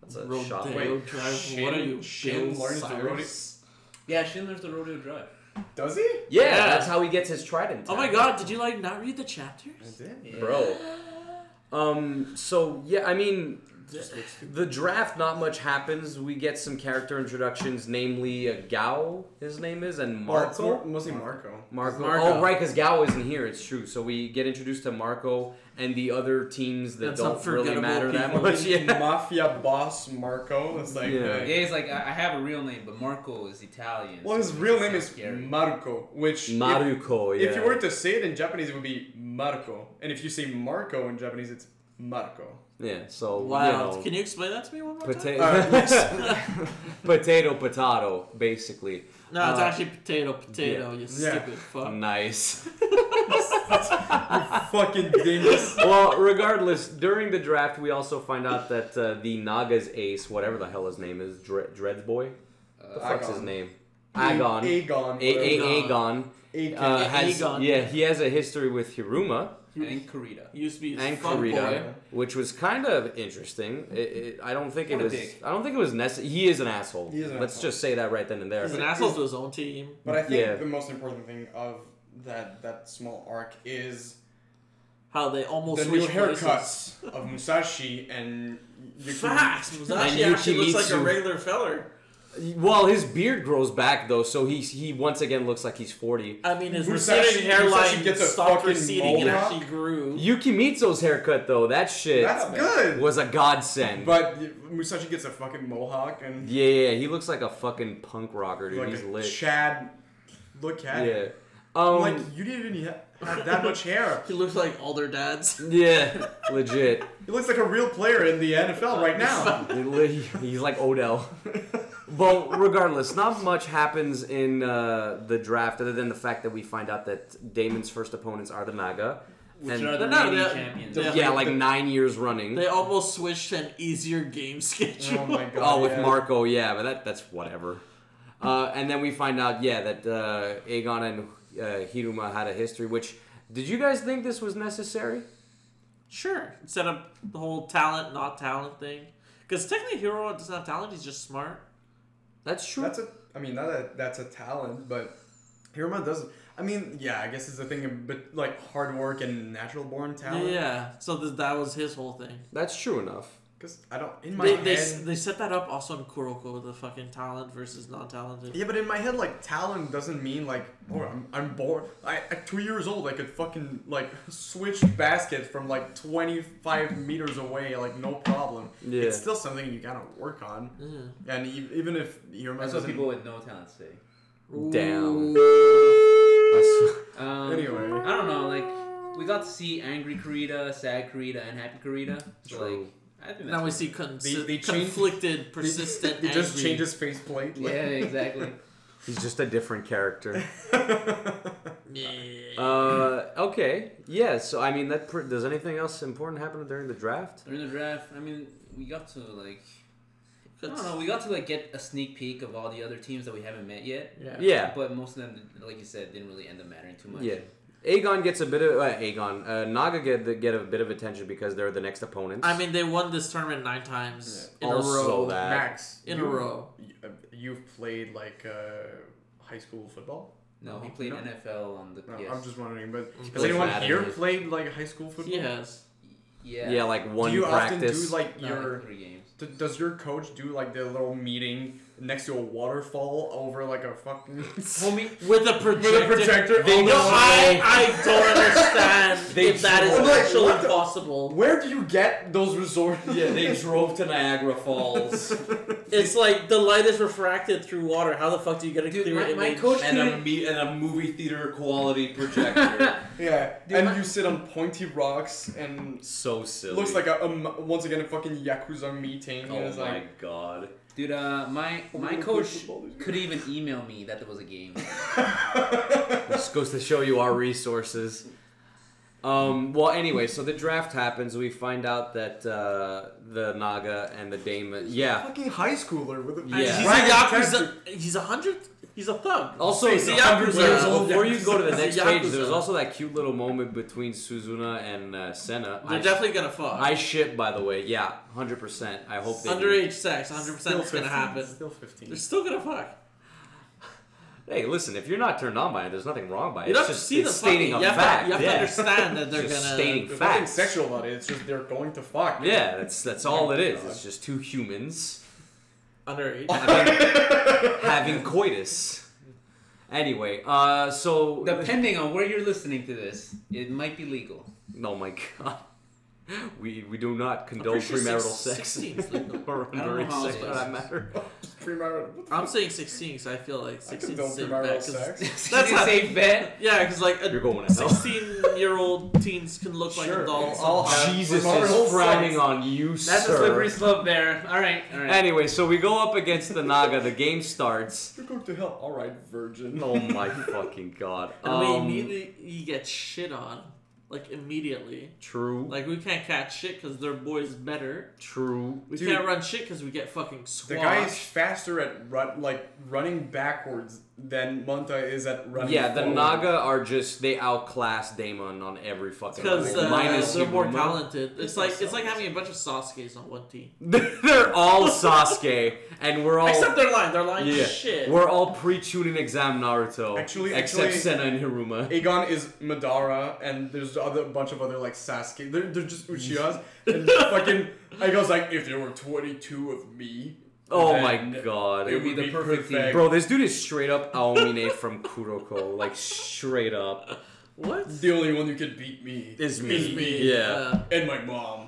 C: That's a
A: rodeo
C: shot.
B: Wait,
A: drive.
B: Shin-
A: what are you?
B: Shin
A: Bill
B: learns the rodeo-
A: Cyrus?
D: Yeah, Schindler's the Rodeo Drive.
B: Does he?
C: Yeah,
A: Yeah.
C: that's how he gets his trident.
A: Oh my
C: tattoo.
A: god! Did you like not read the chapters?
B: did.
C: bro. Um. So yeah, I mean, the draft. Not much happens. We get some character introductions, namely uh, Gao. His name is and
B: Well, it's
C: Marco.
B: more- mostly Marco.
C: Marco.
D: Marco.
C: Oh right, because Gao isn't here. It's true. So we get introduced to Marco and the other teams that
A: And some
C: don't really
A: forgettable
C: matter that
A: people.
C: much. Yeah.
B: Mafia boss Marco. It's like.
C: Yeah.
D: Yeah, he's like, I I have a real name, but Marco is Italian.
B: uh, Well,
D: so
B: his real
D: it's
B: name
D: not
B: is
D: scary.
B: Marco, which if-
C: [laughs] Maruko.
B: If,
C: Yeah.
B: you were to say it in Japanese, it would be Marco, and if you say Marco in Japanese, it's Marco.
C: yeah. So
A: Wow!
C: You know,
A: Can you explain that to me one more time?
C: Potato,
B: Alright,
C: [laughs] potato, potato, basically.
A: No, it's
C: Uh,
A: actually potato, potato. You
B: Yeah.
A: stupid fuck.
C: Nice. [laughs]
B: Fucking dingus.
C: well, regardless, during the draft, we also find out that uh, the Naga's ace, whatever the hell his name is, Dre- Dreads Boy.
D: Uh,
C: The fuck's his
B: Agon.
C: name? Agon. A-
B: Aegon.
C: A- Aegon.
A: Agon.
B: Aegon.
C: Uh, has,
A: Aegon.
C: yeah, he has a history with Hiruma,
D: and Karita.
A: You used to be
C: And
A: his fuck
C: Karita.
A: boy.
C: which was kind of interesting. It, it, I don't think it
D: What a
C: was.
D: dick.
C: I don't think it was necessary. He is an asshole.
B: He is an
C: Let's
B: asshole.
C: just say that right then and there.
A: He's an asshole to his own team.
B: But I think
C: Yeah.
B: the most important thing of that that small arc is
A: How they almost
B: the new
A: switched places.
B: haircuts of Musashi and Yuki-
A: Facts. Musashi
C: And
A: actually looks like a
C: Yukimitsu.
A: regular feller.
C: Well, his beard grows back though, so he he once again looks like he's forty.
A: I mean, his
B: Musashi-
A: receding hairline
B: Musashi gets a
A: stopped
B: fucking
A: receding and
B: mohawk.
A: actually grew.
C: Yukimitsu's haircut though, that shit
B: That's good.
C: was a godsend.
B: But Musashi gets a fucking mohawk and
C: Yeah, yeah, he looks like a fucking punk rocker, dude.
B: like
C: He's
B: a
C: lit.
B: Chad. Look at
C: yeah.
B: it.
C: Um,
B: like you didn't even ha- have that much hair.
A: He looks like all their dads.
C: yeah, [laughs] legit.
B: He looks like a real player in the NFL
C: [laughs]
B: right now.
C: He li- He's like Odell. But regardless, not much happens in uh, the draft other than the fact that we find out that Damon's first opponents are the Naga.
D: Which
C: And-
D: are the
A: No,
D: reigning
A: they're-
D: champions.
A: they're-
C: Yeah, like nine years running.
A: They almost switched to an easier game [laughs] schedule.
B: Oh my god.
C: Oh, with
B: yeah.
C: Marco, yeah, but that that's whatever. Uh, and then we find out, yeah, that uh, Aegon and uh, Hiruma had a history. Which did you guys think this was necessary?
A: Sure. Instead of the whole talent, not talent thing. Because technically, Hero doesn't have talent, he's just smart.
C: That's true.
B: That's a. I mean, not that that's a talent, but Hiruma does. I mean, yeah, I guess it's a thing, of, but like hard work and natural born
A: Yeah,
B: talent.
A: yeah. So th- that was his whole thing.
C: That's true enough.
B: Because I don't in my
A: They,
B: head.
A: they, s- they set that up also in Kuroko, the fucking talent versus non talented.
B: yeah, but in my head, like talent doesn't mean like oh, I'm I'm born. I at two years old, I could fucking like switch baskets from like twenty five meters away, like no problem.
C: Yeah.
B: It's still something you gotta work on. And e- even if Hiruma
D: That's what
B: doesn't.
D: people with no talent say.
C: Damn.
D: Um,
B: Anyway.
D: I don't know. Like, we got to see angry Karita, sad Karita, and happy Karita. [laughs] So,
C: True.
D: Like, I think that's
A: Now we see cons-
B: They- they change-
A: conflicted,
B: He-
A: persistent.
B: [laughs] He just
A: angry-
B: changes faceplate.
D: Yeah,
B: [laughs]
D: exactly.
C: He's just a different character.
A: Yeah.
C: Uh, okay. Yeah. So I mean, that pr- does anything else important happen during the draft?
D: During the draft, I mean, we got to like, I don't know, we got to like get a sneak peek of all the other teams that we haven't met yet.
A: yeah.
C: Yeah.
D: But most of them, like you said, didn't really end up mattering too much.
C: Yeah. Aegon gets a bit of uh, Aegon. Uh, Naga get get a bit of attention because they're the next opponents.
A: I mean, they won this tournament nine times in
C: Also
A: a row.
C: that.
B: Max,
A: In a
B: you-
A: row.
B: y- uh, You've played like uh, high school football.
D: No, he
B: No,
D: played
B: no.
D: NFL on the PS.
B: No, I'm just wondering, but
A: He
B: has
C: plays
B: anyone
C: Madden,
B: here
C: yeah.
B: played like high school football?
A: He has.
D: yeah.
C: yeah. like one
B: do you
C: practice.
B: often do like
C: [laughs]
D: No, like
B: your?
D: three games.
B: D- does your coach do like the little meeting next to a waterfall over like
A: [laughs]
B: a fucking? [laughs]
D: Homie,
A: With a projector.
B: projector
A: They
B: on the
A: no,
B: wall.
A: I, I don't understand
C: They
A: if that is
C: drove.
B: Like,
A: actually
B: what the-
A: possible.
B: Where do you get those resorts?
C: drove to Niagara [laughs] Falls
A: It's like the light is refracted through water. How the fuck do you get a
D: Dude,
A: clear
D: my-
A: image?
D: my coach- and a
C: and a movie theater quality projector.
B: [laughs] yeah,
D: Dude,
B: and
D: my-
B: you sit on pointy rocks and
C: [laughs] so silly. Oh
B: looks like a um, once again a fucking yakuza meeting.
A: Oh
B: and it's like,
C: god.
D: dude, uh, my my
B: Homie,
D: coach
B: football is-
D: could even email me that there was a
B: [laughs]
D: game.
C: This goes to show you our resources. Um, well, anyway, so the draft happens. We find out that uh, the Naga and the Daemon. Yeah.
B: fucking high schooler with a
C: Yeah.
A: He's
B: Right,
A: a
B: exactly.
A: yakuza. He's a hundred. He's a thug.
C: Also,
A: he's a
C: the-
A: yakuza.
B: years
C: uh,
B: old.
C: before you go to the
A: He's a [laughs]
C: next page,
A: yakuza.
C: there's also that cute little moment between Suzuna and uh, Senna.
A: They're
C: I,
A: definitely gonna fuck.
C: I shit, by the way. Yeah, hundred percent. I hope they. do.
A: Underage sex, 100 percent is
B: Still
A: gonna
B: 15,
A: happen.
B: Still 15.
A: They're still gonna fuck.
C: Hey, listen, if you're not turned on by it, there's nothing wrong by it.
A: You don't
C: it's
A: have to
C: just
A: see the
C: it's stating
A: fucking.
C: a
A: you have
C: fact.
A: to, you have
C: yeah.
A: to understand
C: [laughs]
A: that they're
C: It's just
A: gonna.
C: stating
B: There's nothing
C: facts.
B: sexual about it. It's just they're going to fuck.
C: Yeah, that's that's all it is. It's just
A: [laughs]
C: two humans [laughs]
A: Underage.
C: having, having coitus. Anyway, uh, so
D: Depending on where you're listening to this, it might be legal. [laughs]
C: oh my god, [laughs] we we do not
A: I'm
C: condone
A: pretty sure
C: premarital
A: six-
C: sex
A: 16
C: [laughs]
A: is legal.
C: or
D: I don't know
C: underage
D: how
C: sex
D: it
C: for
D: is.
C: that matter.
B: Premarital- what the
A: I'm saying 16 because I feel like
B: I
A: 16
B: condone
A: is safe bet,
B: premarital
A: 'cause-
B: sex.
A: That's
D: a
A: not-
D: safe bet.
A: [laughs] Yeah, because like [laughs]
C: You're
A: a
C: going to hell.
A: 16 year old teens can look like
B: Sure,
A: adults.
B: it's all-
A: sometimes.
C: [laughs] Jesus
B: Premarital
C: is frowning
B: sex.
C: on you,
D: That's
C: sir.
D: a slippery slope there. All right, all right.
C: Anyway, so we go up against the Naga. The game starts.
B: You're going to hell. All right, virgin.
C: Oh
B: [laughs]
C: my fucking [laughs] god!
A: [laughs] and we
C: Um,
A: immediately you get shit on, like immediately.
C: True.
A: Like we can't catch shit because their boy's better.
C: true.
A: We
B: Dude.
A: can't run shit because we get fucking
B: The
A: squashed.
B: guy is faster at run, like running backwards than Monta is at running.
C: Yeah, the
B: forward.
C: Naga are just they outclass Daemon on every fucking
A: because
C: level.
A: uh,
C: Minus
A: they're more
C: Iruma.
A: talented. It's like it's like having a bunch of Sasuke's on one team.
C: [laughs] they're all Sasuke, and we're all
A: Except they're lying. They're lying
C: yeah,
A: shit.
C: we're all pre-tuning exam Naruto.
B: Actually-
C: except
B: actually-
C: Senna and Hiruma.
B: Aegon is Madara, and there's other a bunch of other like Sasuke. They're, they're just Uchihas, and fucking Aegon's like, if there were 22 of me.
C: oh
B: then
C: my god,
B: It would be the perfect,
D: team.
C: bro, this dude is straight up Aomine from Kuroko, like straight up.
A: what?
B: The only one who could beat me
C: Is me.
B: is me,
C: Yeah.
B: and my mom.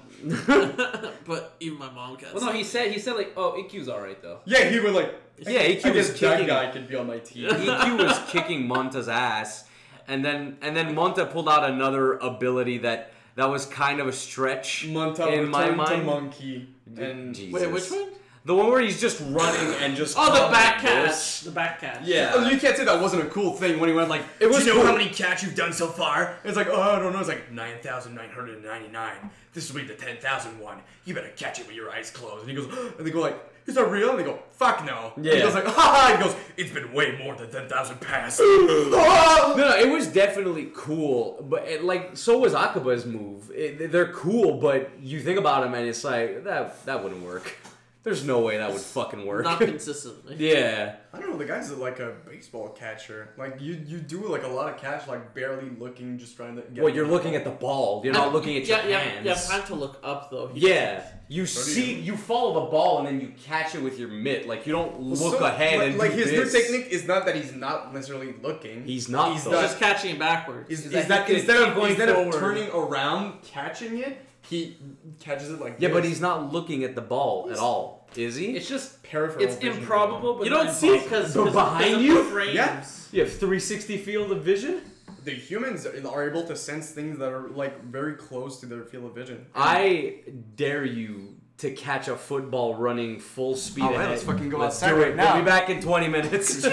A: Uh, but even my mom got.
D: Well, no, he said he said like, oh, IQ's all right though.
B: Yeah, he would like.
C: Yeah,
B: I
C: EQ
B: guess
C: was
B: that
C: kicking.
B: guy could be on my team.
C: EQ was kicking Monta's ass, and then and then Monta pulled out another ability that that was kind of a stretch
B: Monta
C: in my
B: returned to
C: mind.
B: monkey, and
C: Jesus.
A: Wait, which one?
C: The one where he's just running and just.
A: Oh, the
C: coming
A: back
C: like
A: catch.
C: this.
A: The back catch.
C: Yeah.
B: Oh, you can't say that wasn't a cool thing when he went like,
C: It was
B: Do you know
C: cool.
B: how many cats you've done so far?" It's like, "Oh, I don't know." It's like nine thousand nine hundred ninety-nine. This will be the ten thousand one. You better catch it with your eyes closed. And he goes, [gasps] and they go like, "Is that real?" And they go, "Fuck no." And he
C: Yeah.
B: goes like, [laughs] "Ha ha." He goes, "It's been way more than ten thousand past."
C: [laughs]
B: Ah!
C: No, no, it was definitely cool, but it, like so was Akaba's move. It, they're cool, but you think about them and it's like that that wouldn't work. There's no way that would fucking work.
A: Not consistently.
C: [laughs] yeah,
B: I don't know. The guy's like a baseball catcher. Like you, you do like a lot of catch, like barely looking, just trying to. Get
C: well, you're looking at the ball. You're not looking at your
A: yeah, yeah,
C: hands.
A: Yeah, time to look up though. He-
C: Yeah, you see, you follow the ball and then you catch it with your mitt. Like you don't look
B: So,
C: ahead
B: like,
C: and
B: like
C: do
B: his
C: this.
B: new technique is not that he's not necessarily looking.
C: He's not.
B: He's
C: though.
A: He's just catching it backwards.
B: Is,
D: that
B: is that
D: he could
B: instead of
D: keep going
B: instead of
D: forward.
B: turning around, catching it, he catches it like
C: yeah,
B: this.
C: but he's not looking at the ball at all, is he?
D: It's just
B: peripheral.
D: it's
B: vision.
D: improbable, but
A: you
D: not
A: don't see it
D: impossible.
A: because
C: So behind you?
A: Frames.
B: Yeah.
C: You have 360 field of vision.
B: The humans are able to sense things that are like very close to their field of vision.
C: I dare you to catch a football running full speed.
B: All right,
C: ahead.
B: let's fucking go
C: Let's
B: outside
C: do
B: right
C: it.
B: now.
C: We'll be back in
B: [laughs]
C: 20 minutes. I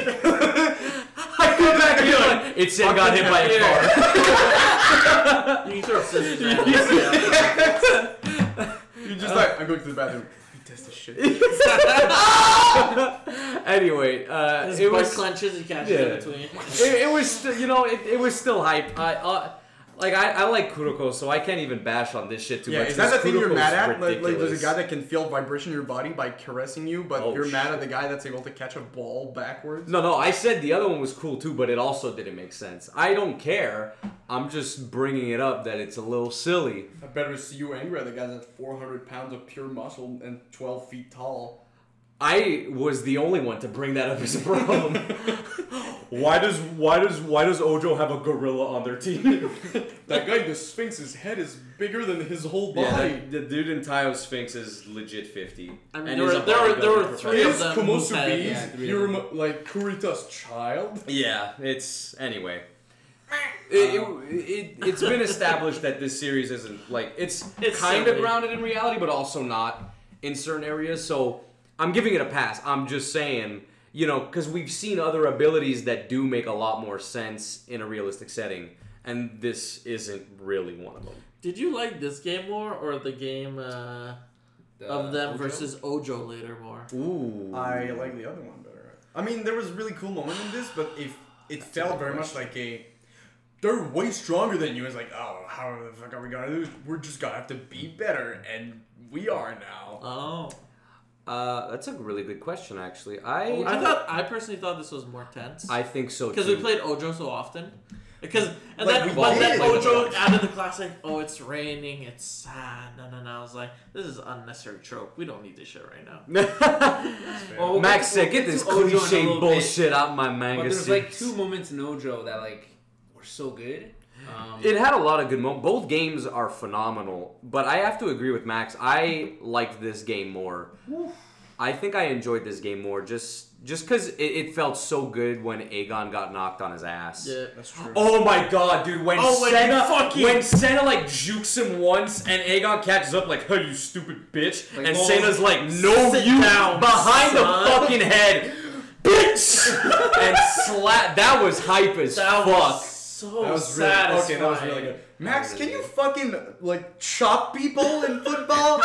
C: come back and you're like, it said got hit
B: [laughs]
C: by a
A: Yeah.
C: car. [laughs]
A: You can throw scissors at it.
B: You're just like I'm going to the bathroom. He does this shit.
C: anyway, uh,
A: His
C: it
A: butt
C: was
A: clenches and catches
C: Yeah.
A: it between.
C: [laughs] it, it was st- you know it, it was still hype. I uh, like I, I like Kuroko, so I can't even bash on this shit too
B: yeah,
C: much.
B: is that the
C: because
B: thing you're
C: Kuroko's
B: mad at? Like, like,
C: ridiculous.
B: there's a guy that can feel vibration in your body by caressing you, but
C: Oh,
B: you're mad at
C: shit.
B: the guy that's able to catch a ball backwards.
C: No, no, I said the other one was cool too, but it also didn't make sense. I don't care. I'm just bringing it up that it's a little silly.
B: I better see you angry at the guy that's 400 pounds of pure muscle and 12 feet tall.
C: I was the only one to bring that up as a problem. [laughs] why does why does why does Ojo have a gorilla on their team?
B: That guy, the Sphinx, his head is bigger than his whole body.
C: yeah, that- the dude in Taio Sphinx is legit 50.
A: I mean,
C: And
A: there
C: is
A: were-
C: a
A: there were- there were
C: bodybuilder
A: three
B: It
A: of
B: is
A: them
B: Komosu
A: had-
B: bees.
D: yeah, three
B: you
D: of them.
B: rem- like Kurita's child.
C: Yeah, it's anyway. Um, It, it, it, has been established that this series isn't like it's,
A: It's
C: kind of
A: silly.
C: grounded in reality, but also not in certain areas. So I'm giving it a pass. I'm just saying, you know, because we've seen other abilities that do make a lot more sense in a realistic setting, and this isn't really one of them.
A: Did you like this game more or the game uh,
D: Uh,
A: of them
D: Ojo?
A: versus Ojo later more?
C: Ooh,
B: I like the other one better. I mean, there was really cool moment in this, but if it felt very much like a, they're way stronger than you. It's like, oh, how the fuck are we gonna do? it? We're just gonna have to be better, and we are now.
A: Oh,
C: Uh, that's a really good question, actually. Oh, I
A: I thought I personally thought this was more tense
C: I think [laughs] so
A: because
C: too.
A: we played Ojo so often. Because and
B: Like,
A: then
B: we
A: but
B: did.
A: then
B: Like,
A: Ojo added the classic, oh it's raining, it's sad, no no no. I was like, this is unnecessary trope. We don't need this shit right now.
C: [laughs]
D: Oh,
C: Max
D: we'll-
C: said, "Get this
D: we'll do Ojo in a
C: cliche
D: little
C: bullshit out my
D: Bit,
C: manga."
D: but there's
C: series.
D: like two moments in Ojo that like were so good. Um,
C: It had a lot of good moments. Both games are phenomenal, but I have to agree with Max. I liked this game more. I think I enjoyed this game more just just because it, it felt so good when Aegon got knocked on his ass.
A: Yeah.
B: That's true.
C: Oh my god, dude! When
A: Oh, when
C: Senna
A: he fucking-
C: when Senna like jukes him once, and Aegon catches up like, "Hey, you stupid bitch!"
D: Like,
C: and
D: oh,
C: Senna's like, "No,
A: sit
C: you
A: down,
C: behind
A: son."
C: the fucking head, bitch!" and slap. That was hype as
A: That
C: fuck.
A: was so
B: That was really okay.
A: satisfying.
B: Oh, That was really good. Max, can you fucking like chop people in [laughs] football?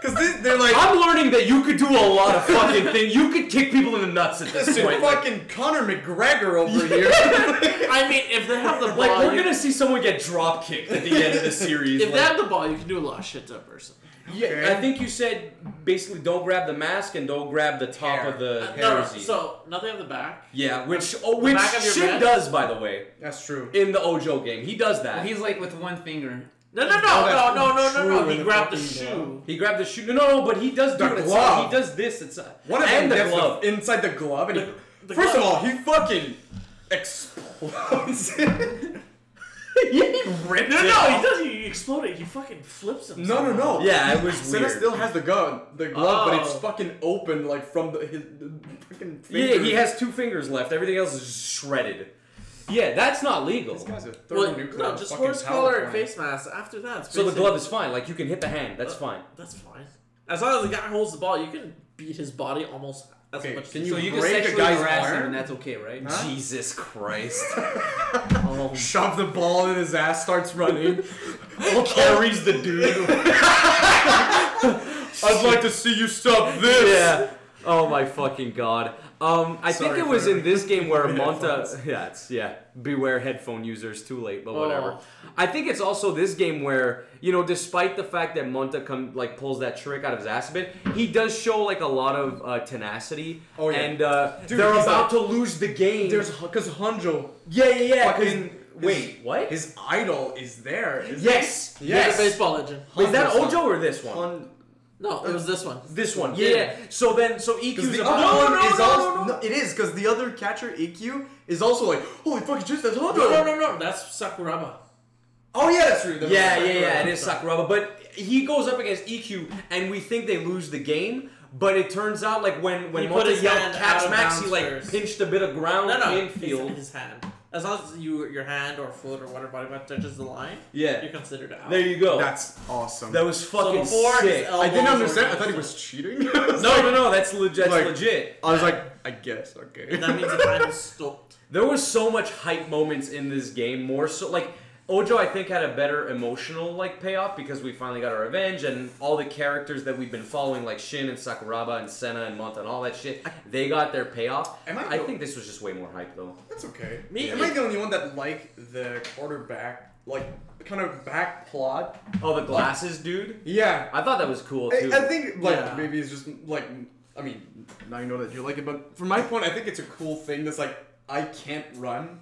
B: Because they're like,
C: I'm learning that you could do a lot of fucking things. You could kick people in the nuts at this
B: listen,
C: point.
B: fucking Conor McGregor over [laughs] here.
A: I mean, if they have the ball,
C: Like we're
A: you-
C: gonna see someone get drop kicked at the end of the series.
A: if
C: like-
A: they have the ball, you can do a lot of shit to a person.
C: yeah, I think you said basically don't grab the mask and don't grab the top
B: Hair.
C: of the
A: Uh, no, no,
C: hair.
A: so nothing on the back.
C: yeah, which oh, which
A: back of your
C: Shin
A: head?
C: does by the way
B: That's true.
C: in the Ojo game. He does that.
D: he's like with one finger.
A: No, no, no,
B: Oh,
A: no, no, no,
B: that's
A: no, no.
B: true,
A: He
B: the
A: grabbed the
B: fucking
A: shoe.
C: he grabbed the shoe. No, no, no, but he does do
B: The
C: it. It's-
B: glove.
C: He does this. It's uh,
B: One of them
C: and the
B: gets [laughs]
C: glove.
B: inside the glove, and he,
A: the
B: first
A: glove.
B: of all, he fucking explodes. [laughs] it.
A: No, no, no, he doesn't. He exploded. He fucking flips him.
B: uh, no, no, no.
C: yeah, it was
B: Senna
C: weird.
B: still has the gun, the glove, but it's
A: Oh.
B: fucking open, like from the his the fucking.
C: [laughs] yeah, he
B: fingers.
C: has two fingers left. Everything else is shredded. Yeah, that's not legal.
B: This guy's a
A: Well,
B: thermonuclear
A: no, just
B: fucking
A: horse collar
B: PowerPoint.
A: and face mask. After that, it's
C: So the
A: basically-
C: glove is fine. Like you can hit the hand.
B: Uh,
C: That's fine.
A: That's fine. As long as the guy holds the ball, you can beat his body almost as
B: Okay,
A: much.
B: can
A: as
B: You
D: so you can
B: break a
D: sexually
B: guy's
D: harass
B: arm?
D: him,
B: [laughs]
D: and that's okay, right?
B: Huh?
C: Jesus Christ!
A: Oh,
B: Shove the [laughs] ball in his ass, starts running, [laughs] carries the
C: [laughs]
B: dude. I'd like to see you stop this.
C: yeah. Oh my fucking god. Um, I
B: Sorry
C: think it
B: for
C: was in this game
B: [laughs]
C: where
B: the
C: Monta.
B: headphones.
C: [laughs] Yeah, it's, yeah. Beware headphone users. Too late, but whatever.
B: Oh.
C: I think it's also this game where you know, despite the fact that Monta come like pulls that trick out of his ass a bit, he does show like a lot of uh, tenacity.
B: Oh, yeah.
C: And uh,
B: Dude,
C: they're
B: he's
C: about to lose the game.
B: There's because Hanjo,
C: yeah, yeah, yeah. 'cause-
B: fucking
C: wait, what?
B: His idol is there. Is
C: yes,
A: Yes.
C: yes.
A: He's a baseball legend.
C: Is that
B: Hanzo-san.
C: Ojo or this one?
B: Hon-
A: No, it was this one.
C: This one,
B: Yeah.
C: yeah. So then, so EQ's
B: the
C: about
B: other one
C: "Oh, no,
B: is
C: no,
B: also
C: no, no.
B: it is because the other catcher EQ is also like holy fucking shit that's Hanjo.
A: No, no, no, no. That's Sakuraba.
B: Oh yeah, that's true. That's
C: Yeah,
B: right.
C: yeah, yeah. It is Sakuraba, but he goes up against EQ, and we think they lose the game. But it turns out, like when when
A: He put
C: Monta
A: his
C: yelled
A: hand out
C: catch
A: of
C: Max, he
A: bounds
C: like
A: first.
C: pinched a bit of ground
A: No, no.
C: infield.
A: His, [laughs] his hand. As long as you, your hand or foot or whatever body part touches the line,
C: Yeah.
A: you're considered out.
C: There you go.
B: That's awesome.
C: that was fucking
A: before his
C: sick.
A: elbow-
B: I didn't understand. I thought he was cheating. [laughs] no,
C: [laughs] No,
A: [laughs]
C: no, no. That's legit. That's
B: Like-
C: legit.
B: I was like, I guess okay. [laughs]
A: That means the time is stopped.
C: There was so much hype moments in this game, more so like Ojo I think had a better emotional like payoff because we finally got our revenge and all the characters that we've been following like Shin and Sakuraba and Senna and Monta and all that shit, they got their payoff.
B: Am I
C: I
B: the-
C: think this was just way more hype though.
B: That's okay.
A: Me-
B: Am I the only one that like the quarterback, like kind of back plot?
C: Oh, the glasses dude?
B: Yeah,
C: I thought that was cool
B: I,
C: too.
B: I think like
A: Yeah.
B: maybe it's just like I mean now you know that you like it, but from my point, I think it's a cool thing. That's like I can't run,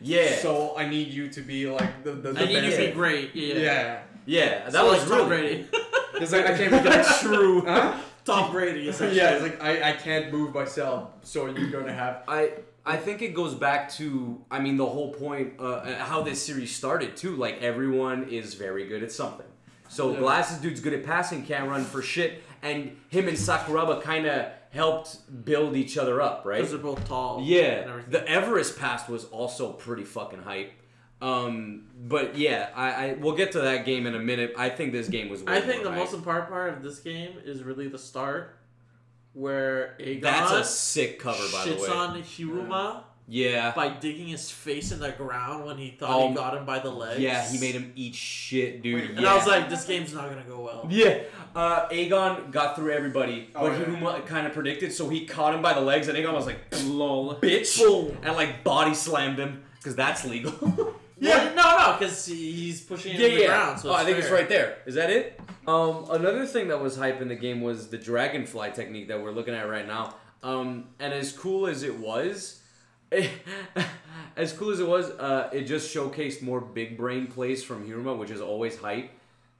C: yeah.
B: so I need you to be like the the, the
A: I need you
B: best.
A: to be great. Yeah, yeah.
B: Yeah,
C: yeah, that
A: So,
C: was
A: like Tom
C: really
A: Brady.
B: because like, I can't be like,
C: true.
B: huh?
A: [laughs] Tom Brady. Essentially.
B: Yeah, it's like I, I can't move myself, so you're gonna have.
C: I I think it goes back to I mean the whole point uh, how this series started too. Like everyone is very good at something. So glasses dude's good at passing, can't run for shit, and him and Sakuraba kind of helped build each other up, right?
A: Because they're both tall. And
C: Yeah,
A: everything.
C: the Everest pass was also pretty fucking hype. Um, but yeah, I, I we'll get to that game in a minute. I think this game was. Way
A: I think
C: more
A: the
C: hype.
A: most important part of this game is really the start, where Aegon
C: That's a sick cover, by the
A: shits
C: way.
A: on Hiruma
C: Yeah.
A: by digging his face in the ground when he thought
C: Um,
A: he got him by the legs.
C: Yeah, he made him eat shit, dude.
B: Wait,
A: And
C: yeah.
A: I was like, this game's not gonna go well.
C: yeah, uh, Aegon got through everybody,
B: Oh,
C: but
B: yeah.
C: Hiruma kind of predicted, so he caught him by the legs, and Aegon was like,
D: Lol.
C: bitch,
A: Boom.
C: and like body slammed him, because that's legal. [laughs]
A: Yeah, no, no, because he's pushing it
C: yeah,
A: to the
C: yeah.
A: ground. So
C: oh, I think it's
A: fair.
C: right there. Is that it? Um, another thing that was hype in the game was the dragonfly technique that we're looking at right now. Um, and as cool as it was, [laughs] as cool as it was, uh, it just showcased more big brain plays from Hiruma, which is always hype.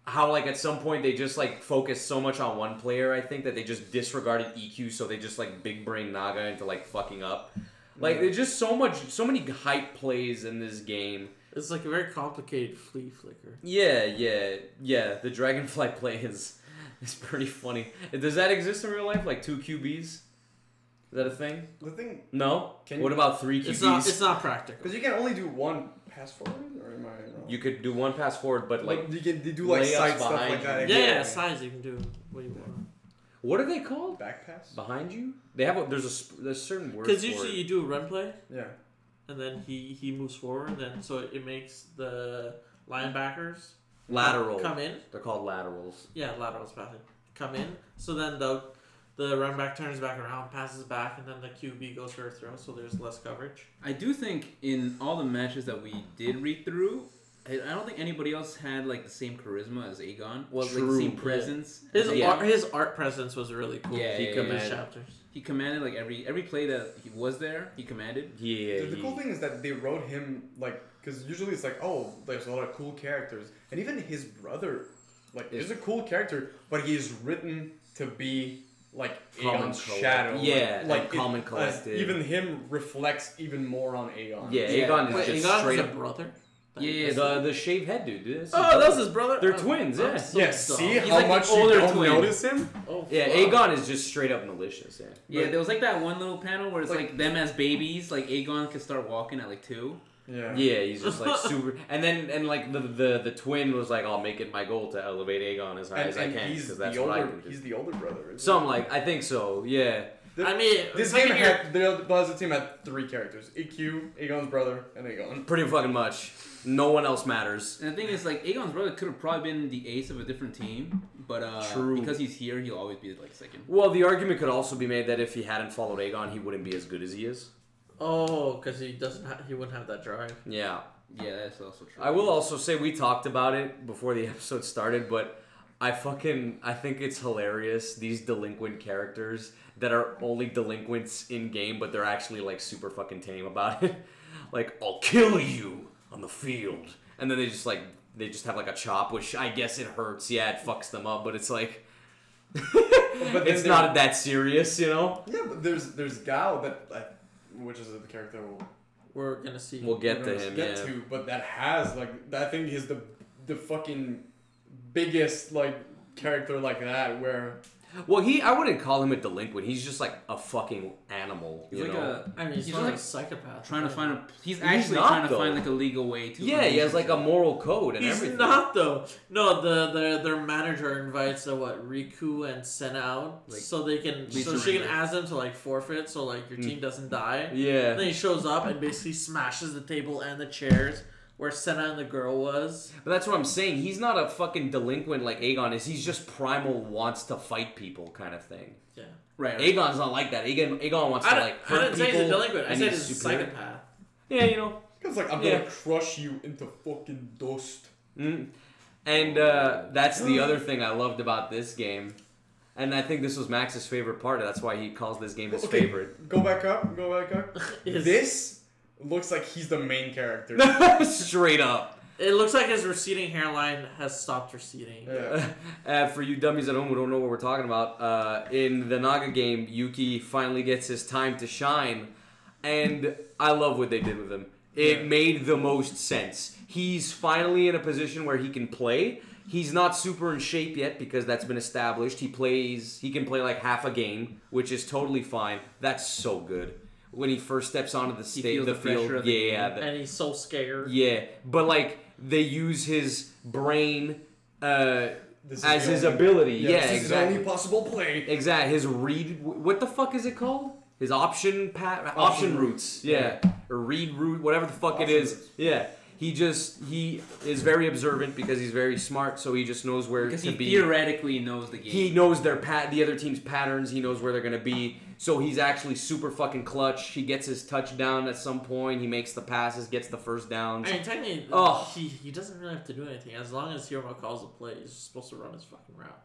C: How like at some point they just like focused so much on one player, I think that they just disregarded EQ, so they just like big brain Naga into like fucking up. Like there's just so much, so many hype plays in this game.
A: It's like a very complicated flea flicker.
C: Yeah, yeah, yeah. The dragonfly [laughs] play is is pretty funny. Does that exist in real life? Like two QBs? Is that a thing?
B: The thing,
C: No.
B: Can
C: what
B: you-
C: about three QBs?
A: It's not. It's not practical.
B: because you can only do one pass forward, or am I wrong?
C: you could do one pass forward, but like,
B: like you can they do like
C: layups
B: side stuff
C: behind
B: like that.
A: Yeah,
B: again.
A: yeah, size you can do what you want.
C: what are they called?
B: back pass.
C: Behind you? They have a there's a sp- there's certain word.
A: Because
C: for
A: usually
C: it.
A: you do a run play,
B: Yeah,
A: and then he he moves forward, and so it makes the linebackers
C: lateral.
A: come in.
C: They're called laterals.
A: Yeah, laterals passing. Come in. So then the the run back turns back around, passes back, and then the QB goes for a throw. So there's less coverage.
D: I do think in all the matches that we did read through, I I don't think anybody else had like the same charisma as Aegon. Well, like
C: True,
D: the same
C: yeah.
D: presence. as
A: His
D: Aegon.
A: art, his art presence was really cool.
D: Yeah,
A: he
D: yeah,
A: commanded
C: yeah.
A: chapters.
D: He commanded like every every play that he was there. He commanded.
C: Yeah.
B: the, the
C: he-
B: cool thing is that they wrote him like because usually it's like oh there's a lot of cool characters and even his brother like
C: Is-
B: is a cool character but he is written to be like
C: Common
B: Aegon's
C: collect-
B: shadow
C: yeah,
B: like
C: and common collected.
B: uh, even him reflects even more on Aegon
C: Yeah,
D: Yeah.
C: Aegon is
A: Wait,
C: just
A: Aegon's
C: straight
A: a
C: up.
A: brother.
D: Yeah, yeah,
C: The the shaved head dude. dude. That's his
A: Oh, that was
C: brother.
A: his brother.
C: They're
A: Oh,
C: twins,
A: I'm
C: yeah.
A: so
B: yeah
A: dumb.
B: see
D: He's
B: how
D: like the
B: much you
D: older
B: don't
D: twin.
B: notice him
A: Oh,
C: Yeah,
A: fuck.
C: Aegon is just straight up malicious. Yeah.
D: Yeah,
B: But-
D: there was like that one little panel where it's like,
B: Like-
D: them as babies, like Aegon could start walking at like two.
B: yeah
C: Yeah, he's just like super. [laughs] And then and like the the, the twin was like, I'll make it my goal to elevate Aegon as high
B: and,
C: as
B: and
C: I can
B: he's
C: because that's
B: the
C: what I
B: older
C: can do.
B: he's the older brother isn't
C: Some like I think so. Yeah.
B: he?
A: I mean,
B: this
A: look
B: game
A: at your-
B: had the Buzz team had three characters EQ Aegon's brother and Aegon
C: Pretty fucking much. No one else matters.
D: And the thing is, like Aegon's brother could have probably been the ace of a different team, but uh,
C: True.
D: because he's here, he'll always be like second.
C: Well, the argument could also be made that if he hadn't followed Aegon, he wouldn't be as good as he is.
A: Oh, because he doesn't. Ha- he wouldn't have that drive.
C: Yeah.
D: Yeah, that's also true.
C: I will also say we talked about it before the [laughs] episode started, but I fucking I think it's hilarious these delinquent characters that are only delinquents in game, but they're actually like super fucking tame about it. [laughs] like I'll kill you on the field, and then they just like they just have like a chop, which I guess it hurts. Yeah, it fucks them up, but it's
B: [laughs]
C: like. [laughs]
B: then
C: it's
B: they-
C: not that serious, you know.
B: yeah but there's there's Gao that I, which is the character we'll
A: We're gonna see.
C: We'll get to
B: gonna
C: him.
B: get
C: yeah.
B: to, but that has like I think he's the the fucking biggest like character like that where
C: Well, he—I wouldn't call him a delinquent. He's just like a fucking animal.
D: He's
C: you
D: like
C: know?
D: a
A: I mean,
D: he's
A: he's, not
D: just like
A: like a psychopath.
D: trying to find a. He's
C: He's
D: actually
C: not,
D: trying to
C: though.
D: find like a legal way to.
C: Yeah, he has like a moral code and
A: He's
C: everything.
A: not though. No, the, the their manager invites the what Riku and Sen out,
D: Like,
A: so they can so
D: Lisa
A: she
D: Ringo.
A: can ask them to like forfeit, so like your
C: Mm.
A: team doesn't die. And
C: Yeah.
A: then he shows up and basically smashes the table and the chairs where Senna and the girl was.
C: But that's what I'm saying. He's not a fucking delinquent like Aegon is. He's just primal wants to fight people kind of thing.
A: Yeah,
D: right. right.
C: Aegon's not like that. Aegon, Aegon wants
A: I,
C: to
A: don't-
C: like
A: I
C: hurt
A: didn't
C: people.
A: say he's a delinquent. I
C: and
A: said
C: he's
A: he's a
C: superior.
A: psychopath. [laughs]
C: Yeah, you know.
B: it's like I'm
C: Yeah.
B: gonna crush you into fucking dust.
C: Mm. And uh, that's the other thing I loved about this game. And I think this was Max's favorite part. That's why he calls this game his
B: Okay.
C: favorite.
B: Go back up, go back up.
A: Yes.
B: This looks like he's the main
C: [laughs]
B: character.
C: Straight up.
A: It looks like his receding hairline has stopped receding.
B: Yeah.
C: Uh, for you dummies at home who don't know what we're talking about, uh, in the Naga game, Yuki finally gets his time to shine, and I love what they did with him. It
B: Yeah.
C: made the most sense. He's finally in a position where he can play. He's not super in shape yet because that's been established. He plays. He can play like half a game, which is totally fine. That's so good. When he first steps onto the stage,
D: feels
C: the,
D: the pressure
C: field,
D: of the
C: yeah,
D: game.
C: the-
A: And he's so scared.
C: yeah, but like they use his brain uh,
B: This is
C: as
B: the
C: his
B: only-
C: ability. Yeah,
B: this is his
C: exactly.
B: only possible play.
C: Exact. His read. What the fuck is it called? his option pat option,
E: Option
C: routes, yeah. or read route, whatever the fuck it
E: Option
C: is,
E: routes.
C: yeah. He just he is very observant because he's very smart, so he just knows where
D: Because
C: to
D: he
C: be.
D: theoretically knows the game.
C: He knows their pat the other team's patterns. He knows where they're gonna be. So he's actually super fucking clutch. He gets his touchdown at some point. He makes the passes, gets the first downs.
A: I mean, technically,
C: Oh.
A: he, he doesn't really have to do anything. As long as Hiromo calls the play, he's just supposed to run his fucking route.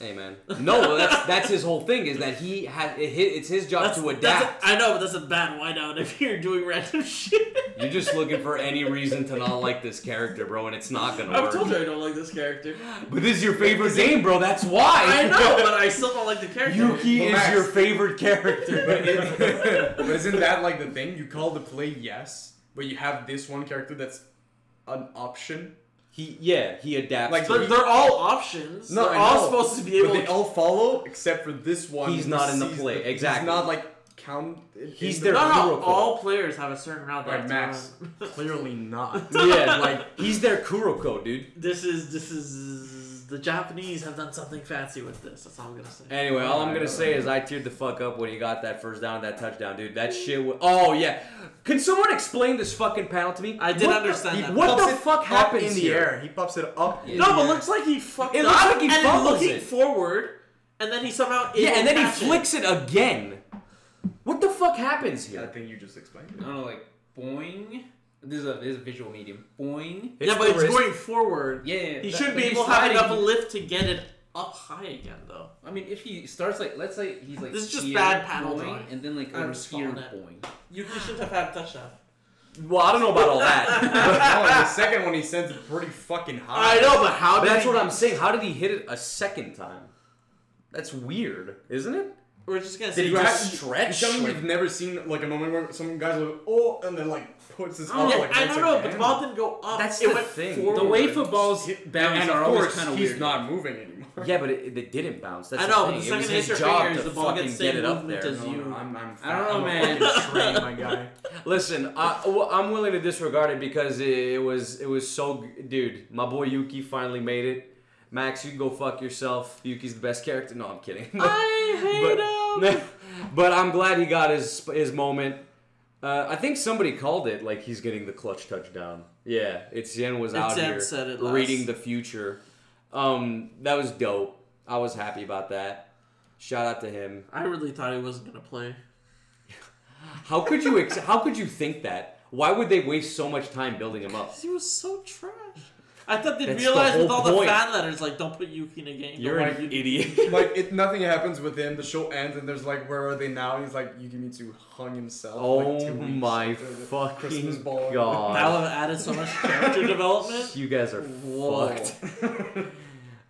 C: Hey man, no, well, that's that's his whole thing is that he has it, hi- it's his job
A: That's,
C: to
A: that's
C: adapt.
A: a, I know, but that's a bad wideout if you're doing random [laughs] shit.
C: You're just looking for any reason to not like this character, bro, and it's not gonna
A: I've
C: work.
A: told you I don't like this character.
C: But this is your favorite game, bro. That's why.
A: I know, but I still don't like the character.
C: Yuki
B: Well,
C: is
B: Max-
C: your favorite
B: But,
C: [laughs] character.
B: it, [laughs] but isn't that like the thing? You call the play yes, but you have this one character that's an option.
C: he yeah, he adapts.
B: Like,
C: to
A: But they're all options.
B: No,
A: they're
B: I
A: all
B: know,
A: supposed to be
B: But
A: able.
B: they
A: to...
B: all follow except for this one.
C: He's
B: who
C: not in the
B: sees
C: play, exactly.
B: He's not like count. in
C: He's
B: the-
C: their
A: no, no.
C: hero code.
A: All players have a certain route.
B: Right,
A: that's
B: Max.
A: run.
B: Clearly not. [laughs]
C: yeah, like he's their Kuroko, dude.
A: [laughs] this is this is the Japanese have done something fancy with this. That's all I'm gonna say.
C: Anyway, all I'm gonna say is I teared the fuck up when he got that first down, and that touchdown, dude. That shit. Was, oh yeah, can someone explain this fucking panel to me?
A: I did
C: What the-
A: understand
B: he-
A: that.
C: What
B: Pops
C: the
B: it
C: fuck
B: up
C: happens
B: in the
C: here?
B: air? He pops it up. in
A: No,
B: the
A: but
B: air.
A: looks like he fucked
C: It
A: up.
C: looks like he
A: and
C: fumbles
A: looking
C: it.
A: forward, and then he somehow
C: Yeah,
A: able
C: and then he
A: catch it.
C: flicks it again. What the fuck happens
B: I
C: here?
B: think you just explained
D: I
B: it. [laughs]
D: don't know, like boing. This is a this is a visual medium. Boing.
A: Yeah, but
C: the
A: it's
C: wrist.
A: going forward.
D: Yeah, yeah,
A: he
D: that-
A: should
D: but
A: be
D: he's
A: able to have
D: sliding.
A: enough lift to get it up high again, though.
D: I mean, if he starts like, let's say he's like,
A: This is just
D: here,
A: bad paddle
D: boing,
A: drawing.
D: and then like
A: I
D: over
A: was
D: here,
A: following that.
D: boing.
A: You shouldn't have had a touchdown.
C: Well, I don't know about
A: [laughs]
C: all that.
B: Oh, and the second one he sends it pretty fucking high.
A: I know, but how?
C: but
A: did
C: that's
A: he-
C: what I'm saying. How did he hit it a second time? That's weird, isn't it?
A: We're just gonna
B: Did
A: say.
B: you
A: just-
B: actually
C: stretch?
B: Tell me you've never seen like a moment where some guys like oh and then like puts his.
A: Oh, Yeah,
B: arm, like,
A: I
B: once
A: don't know, but
B: again.
A: the ball didn't go up.
C: That's
A: it
C: the
A: went
C: thing.
A: Forward.
D: The way
A: [laughs]
D: footballs bounce
B: and
D: are
B: of
D: always
B: course
D: kind of
B: he's
D: weird.
B: not moving anymore.
C: Yeah, but it, it didn't bounce. That's
A: I
C: the
A: know, but
C: thing.
A: the
C: It was
A: second it
C: his
A: hits your
C: job
A: fingers,
C: to
A: the ball gets
C: fucking
A: same
C: get it up
A: movement
C: there.
A: as-
B: No, no,
A: You-
B: I'm, I'm
D: I don't
B: fat.
D: know,
B: I'm a
D: man.
B: fucking train, my guy.
C: Listen, I, well, I'm willing to disregard it because it, it was it was so g- dude. My boy Yuki finally made it. Max, you can go fuck yourself. Yuki's the best character. No, I'm kidding. [laughs]
A: I hate
C: but,
A: him.
C: [laughs] but I'm glad he got his his moment. Uh, I think somebody called it like he's getting the clutch touchdown. Yeah, it's Yen was out
A: Itzhak
C: here
A: said it last.
C: reading the future. Um, that was dope. I was happy about that. Shout out to him.
A: I really thought he wasn't gonna play.
C: How could you ex- how could you think that? Why would they waste so much time building
A: [laughs]
C: him up?
A: He was so trash. I thought they
C: That's the
A: realized with
C: whole
A: all the
C: point.
A: fan letters, like, don't put Yuki in a game.
C: You're
A: don't [laughs]
C: an idiot.
B: Like it, nothing happens with him. The show ends, and there's like, where are they now? And he's like, Yukimitsu hung himself.
C: oh
B: like, two weeks
C: my
B: after the
C: fucking
B: Christmas ball.
A: That
C: god!
A: would have added so much [laughs] character development.
C: You guys are
A: Whoa.
C: fucked. [laughs]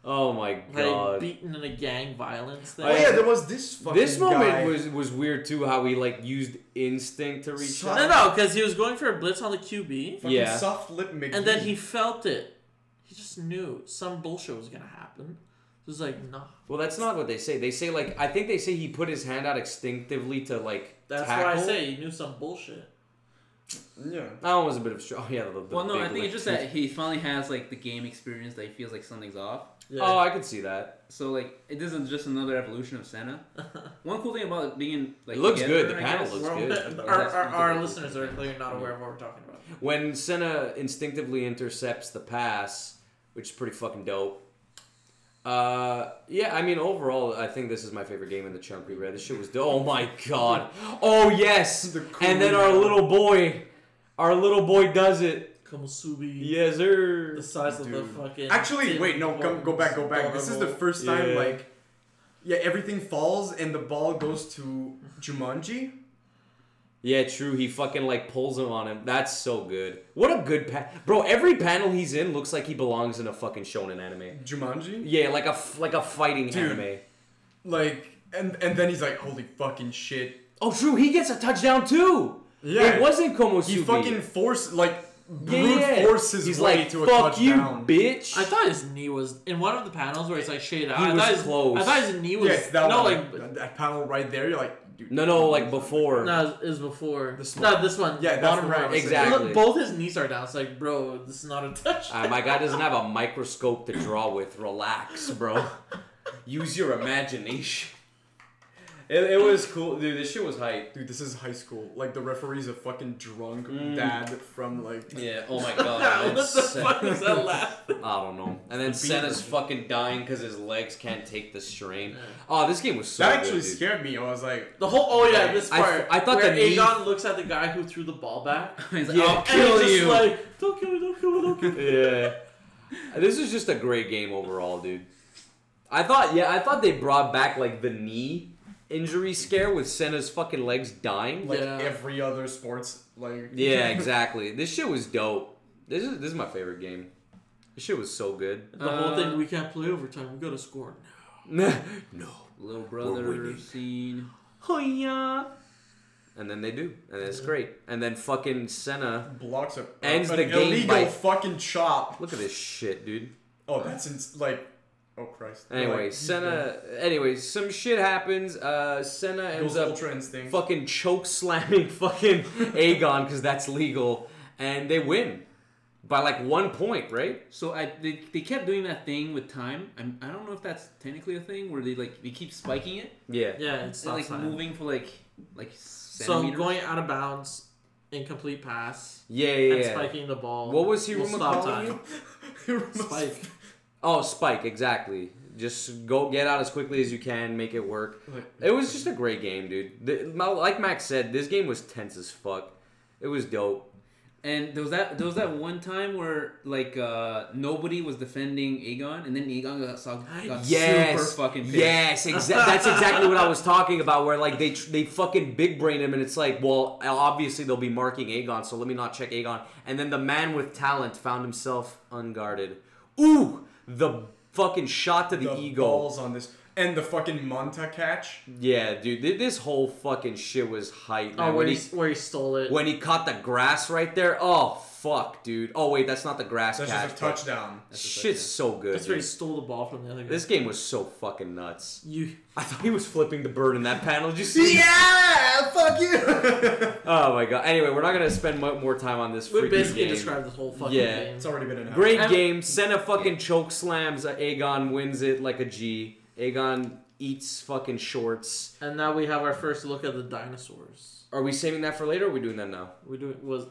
C: Oh my
A: Like,
C: god!
A: beaten in a gang violence thing.
B: Oh yeah, there was this fucking
C: this moment
B: guy.
C: was was weird too. How he like used instinct to reach.
B: So-
C: out.
A: No, no, because he was going for a blitz on the QB,
B: fucking
C: Yeah.
B: soft lip McGee.
A: and then he felt it. He just knew some bullshit was gonna happen. He was like, nah.
C: Well, that's not what they say. They say like I think they say he put his hand out instinctively to like
A: That's
C: tackle.
A: why I say he knew some bullshit.
B: yeah.
C: That one was a bit of str- oh yeah. The, the
D: Well, no,
C: big
D: I think
C: lick.
D: it's just that he finally has like the game experience that he feels like something's off.
A: Yeah.
C: Oh, I could see that.
D: So like, it isn't just another evolution
C: [laughs]
D: of Senna. One cool thing about it being like
C: It looks good, the
D: I
C: panel
D: guess.
C: looks
D: [laughs]
A: We're-
C: good.
A: Our, our, our listeners are clearly not aware of what we're talking
B: [laughs]
A: about.
C: When Senna instinctively intercepts the pass, which is pretty fucking dope. Uh, yeah, I mean, overall, I think this is my favorite game in the chunk we read. This shit was dope. Oh my god. Oh yes.
B: The
C: and then our
B: Korean-
C: little boy, our little boy does it.
A: Komusubi.
C: Yes, sir.
A: The size of the
B: Dude.
A: fucking.
B: Actually, wait, no, come, go back, go back. This is the first time,
C: Yeah.
B: like, yeah, everything falls and the ball goes to Jumanji.
C: Yeah, true. He fucking like pulls him on him. That's so good. What a good pa- bro. Every panel he's in looks like he belongs in a fucking shonen anime.
B: Jumanji?
C: Yeah, like a f- like a fighting
B: Dude.
C: anime.
B: Like, and and then he's like, holy fucking shit.
C: Oh, true. He gets a touchdown too.
B: Yeah.
C: it wasn't Komosubi.
B: He fucking force like,
C: Yeah,
B: brute
C: yeah.
B: force his
C: He's
B: way
C: like,
B: to a
C: fuck you,
B: touchdown.
C: bitch.
A: I thought his knee was in one of the panels where it's like shaded out.
C: He
A: I
C: was
A: thought his,
C: close.
A: I thought his knee was
B: yeah, it's that
A: no,
B: one.
A: like
B: that, that panel right there, you're like, dude.
C: no, no, like before.
A: no, it was before.
B: This
A: no, this one.
B: Yeah, that's
A: bottom
B: the right
A: right.
B: one.
C: Exactly.
A: Look, both his knees are down. It's like, bro, this is not a [laughs] touch.
C: Uh, my guy doesn't have a microscope to [laughs] draw with. Relax, bro. Use your imagination. It, it was cool, dude. This shit was hype.
B: Dude, this is high school. Like the referee's a fucking drunk dad from like.
C: Mm. Yeah.
B: [laughs]
C: Oh my
A: what
C: god.
A: the
C: it's sick.
A: fuck is that laugh?
C: I don't know. And then Senna's fucking dying because his legs can't take the strain. Oh, this game was so.
B: That
C: good,
B: actually
C: dude.
B: scared me. I was like,
A: The whole oh yeah, this
C: I-
A: part.
C: I thought
A: where
C: the knee-
A: Aegon looks at the guy who threw the ball back.
D: He's like,
C: Yeah.
D: I'll
A: and
C: [laughs]
A: he's
D: kill
A: just
D: you.
A: Like, don't kill me, don't kill me, don't kill me.
C: yeah. This is just a great game overall, dude. I thought, yeah, I thought they brought back like the knee injury scare with Senna's fucking legs dying.
B: like
A: Yeah.
B: every other sports like. [laughs]
C: Yeah, exactly. This shit was dope. This is this is my favorite game. This shit was so good. [laughs]
A: The whole
D: Uh,
A: thing we can't play overtime. We gotta score.
C: no.
D: Little
C: winning.
D: brother scene.
C: Hoya. And then they do, and it's great. And then fucking Senna.
B: Blocks a
C: Ends
B: an
C: the game
B: illegal
C: by-
B: fucking chop.
C: Look at this shit, dude.
B: Oh, that's ins- like, oh Christ.
C: Anyway,
B: Like,
C: Senna. Anyway, some shit happens. Uh, Senna ends
B: goes
C: up
B: ultra instinct. [laughs]
C: fucking choke slamming [laughs] fucking Aegon because that's legal, and they win by like one point, right?
D: So I they, they kept doing that thing with time. I'm, I don't know if that's technically a thing where they like they keep spiking it.
C: Yeah.
A: Yeah, it's
D: They're
A: not
D: like
A: time.
D: moving for like like
A: So
D: centimeters.
A: going out of bounds, incomplete pass,
C: Yeah, yeah.
A: and
C: yeah.
A: spiking the ball.
C: What was he
A: will
C: Roma
A: stop
C: calling
A: time. Oh, Spike.
C: Oh, Spike, exactly. Just go get out as quickly as you can, make it work. It was just a great game, dude. The- my- like Max said, this game was tense as fuck. It was dope.
D: and there was that there was that one time where like uh nobody was defending Aegon, and then Aegon got, so- got super
C: Yes,
D: fucking pissed.
C: yes, exa- that's exactly what I was talking about. Where like they tr- they fucking big brain him, and it's like, well, obviously they'll be marking Aegon, so let me not check Aegon. And then the man with talent found himself unguarded. Ooh, the fucking shot to the,
B: [laughs] the
C: ego.
B: balls on this, and the fucking Monta catch.
C: Yeah, dude, th- this whole fucking shit was hype. Man.
A: Oh, where
C: when
A: he,
C: he
A: where he stole it.
C: when he caught the grass right there, oh fuck, dude. Oh wait, that's not the grass
B: That's
C: catch.
B: just a
C: but
B: touchdown.
D: a
C: Shit's so good.
A: That's where he
C: dude.
A: stole the ball from the other guy.
C: This game was so fucking nuts.
A: you
C: I thought he was flipping the bird in that panel. Did you see?
B: Yeah, fuck you.
C: Oh my god. Anyway, we're not gonna spend mu- more time on this.
A: we
C: freaking
A: basically
C: game.
A: described this whole fucking
C: Yeah.
A: game.
B: [laughs] it's already been announced.
C: Great
A: I'm-
C: game. Senna fucking choke slams. uh, Aegon wins it like a G. Aegon eats fucking shorts.
A: And now we have our first look at the dinosaurs.
C: Are we saving that for later? or Are we doing that now?
A: We do was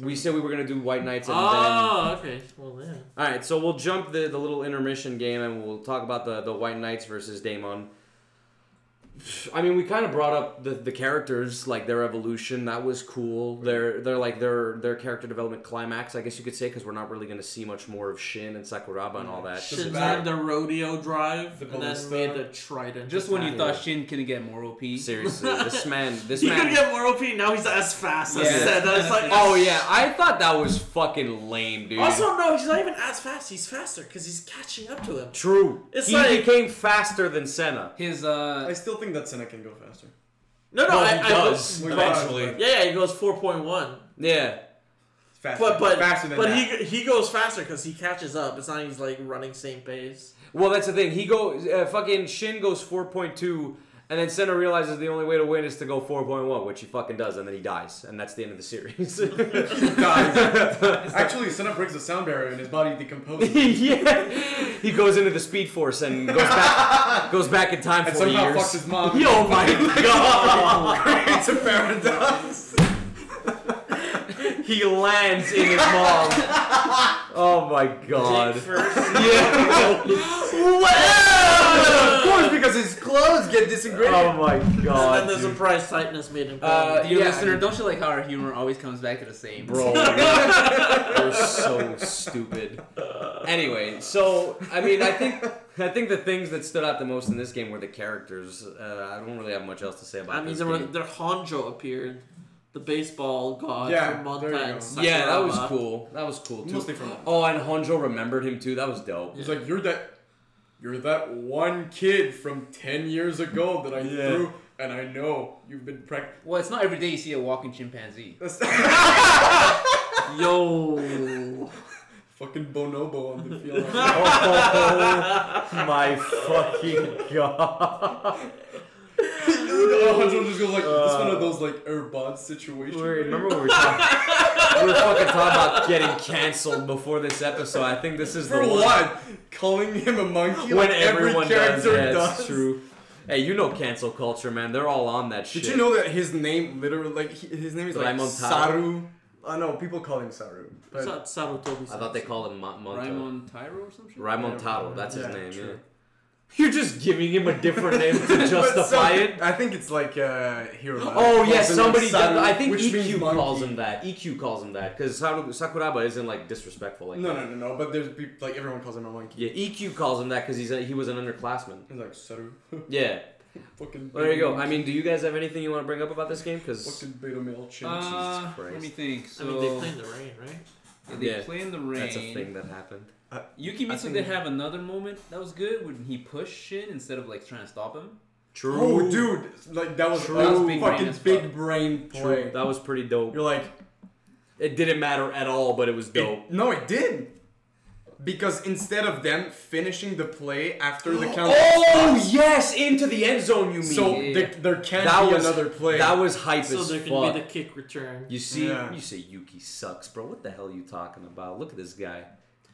C: We said we were gonna do White Knights and then.
A: oh okay well yeah
C: All right, so we'll jump the, the little intermission game and we'll talk about the, the White Knights versus Daemon. I mean, we kind of brought up the, the characters, like their evolution. That was cool. Their their like their their character development climax, I guess you could say, because we're not really going to see much more of Shin and Sakuraba and all that.
A: Shin
B: about-
A: had the rodeo drive
B: The
A: and then
B: ballista.
A: made the trident.
D: Just when you
A: attack. [laughs]
D: thought Shin couldn't get more OP.
C: Seriously, this man, this
A: he could
C: man.
A: get more OP now he's as fast as
D: Yeah.
A: said. That's like
C: [laughs] Oh yeah, I thought that was fucking lame, dude.
A: Also no, he's not even as fast. He's faster because he's catching up to him.
C: True.
A: It's
C: he
A: like-
C: became faster than Senna.
D: His
B: I
D: uh
B: still think that Senna can go faster.
A: No, no,
C: Well,
A: I,
C: he
A: I
C: does
B: Well,
C: eventually.
A: yeah, yeah, he goes four point one.
C: Yeah.
B: Faster.
A: But but
B: faster than
A: but
B: that.
A: he he goes faster because he catches up. It's not he's like running same pace.
C: Well, that's the thing. He goes uh, fucking Shin goes four point two, and then Senna realizes the only way to win is to go four point one, which he fucking does, and then he dies, and that's the end of the series. [laughs]
B: Dies. [laughs] Actually, Senna breaks the sound barrier and his body
C: [laughs]
B: decomposes.
C: yeah, he goes into the Speed Force and
B: [laughs]
C: goes back goes back in time
B: and
C: forty
B: somehow
C: years.
B: fucks
C: [laughs]
B: his mom. [laughs]
C: Yo, my god!
B: it's a paradox.
C: He lands in
B: [laughs]
C: his mom. Oh my god!
A: Dick first.
B: [laughs]
C: Yeah.
B: of course, because his clothes get disintegrated.
C: Oh my
A: [laughs]
C: god!
A: and then the
C: dude.
A: surprise tightness made him.
C: Uh,
A: go.
D: your
C: yeah,
D: listener,
C: I mean-
D: don't you like how our humor always comes back to the same?
C: Bro, you're so stupid. Anyway, so I mean, I think I think the things that stood out the most in this game were the characters. Uh, I don't really have much else to say about
A: I mean,
C: this
A: there, were,
C: game.
A: there Hanjo appeared, the baseball god
B: Yeah,
A: from Monta
B: there you
A: and
B: go.
C: yeah, that was
A: Sakuraba.
C: cool. That was cool too.
B: Mostly from.
C: Oh, and Honjo remembered him too. That was dope.
B: He's like, you're that, you're that one kid from ten years ago that I
C: Yeah.
B: threw, and I know you've been practicing.
D: Well, it's not every day you see a walking chimpanzee.
A: Yo,
B: [laughs] Fucking bonobo on the field.
C: [laughs] Oh
A: [laughs]
C: my fucking god!
B: Alejandro just goes like, this one of those like Airbud situations.
C: Wait, remember when we were talking? we were fucking talking about getting canceled before this episode. I think this is
B: For
C: the one.
B: what? Calling him a monkey
C: when
B: like every
C: everyone
B: character
C: does, yeah,
B: does.
C: it's true. Hey, you know cancel culture, man. They're all on that shit.
B: Did you know that his name literally like he- his name is like
C: Raimon Taro?
B: Saru? I know people call him Saru, but [laughs]
A: Sa- Saru Tobi
C: I thought they called him Mon- Monto.
D: Raimon Tyro or some shit? Uh,
C: Raimon Taro. That's his
B: Yeah,
C: name.
B: true.
C: Yeah. You're just giving him a different name to
B: [laughs] But
C: justify
B: some-
C: it.
B: I think it's like uh, hero.
C: Oh
B: Like,
C: yes,
B: the name
C: somebody. Did,
B: Saru,
C: I think
B: which
C: EQ
B: means
C: calls
B: monkey.
C: him that. EQ calls him that because Sakuraba isn't like disrespectful like
B: No,
C: that.
B: no, no, no. But there's peop like everyone calls him a monkey.
C: Yeah, EQ calls him that because he's a, he was an underclassman.
B: He's like Saru. [laughs]
C: Yeah,
B: Fucking.
C: well, there you go.
B: beta
C: I mean, do you guys have anything you want to bring up about this game?
B: male-
C: Because
B: Fucking beta male chin.
D: Uh,
C: Jesus Christ.
D: Let me think. So
A: I mean, they play in the rain, right?
D: they
C: Yeah,
D: play in the rain.
C: that's a thing that happened.
D: Yuki
B: I
D: Mitsu
B: think-
D: did have another moment that was good when he pushed shit instead of like trying to stop him.
C: True.
B: oh, dude, like that was,
D: True.
B: that was
D: That was big brain
B: fucking
D: as
B: big
D: fuck.
B: brain
C: True.
B: play.
C: That was pretty dope.
B: You're like,
C: It didn't matter at all, but it was dope.
B: it- no, it did. Because instead of them finishing the play after
C: [gasps]
B: the count,
C: oh yes, into the end zone. You mean?
B: so
D: yeah.
B: there, there can't
C: that
B: be
C: was
B: another play.
C: That was hype
A: So
C: as
A: there can
C: fuck.
A: be the kick return.
C: You see,
B: Yeah.
C: you say Yuki sucks, bro. What the hell are you talking about? Look at this guy.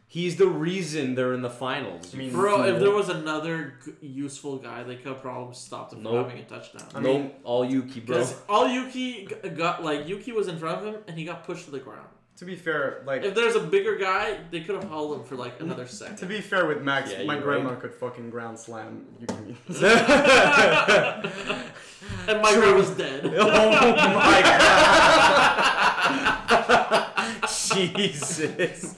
C: He's the reason they're in the finals.
B: I mean,
A: Bro, if there was another g- useful guy, they could probably stop them
C: Nope.
A: from having a touchdown.
B: I
C: nope,
B: mean-
C: all Yuki,
A: [laughs]
B: [laughs]
C: bro.
A: Because all Yuki g- got, like, Yuki was in front of him and he got pushed to the ground.
B: to be fair, like
A: If there's a bigger guy, they could have held him for, like, another second.
B: To be fair with Max,
C: Yeah,
B: my
C: you're
B: grandma could fucking ground slam [laughs] Yukimi.
A: [laughs] and my girl was dead.
C: [laughs] oh
A: [laughs]
C: my god! [laughs] Jesus!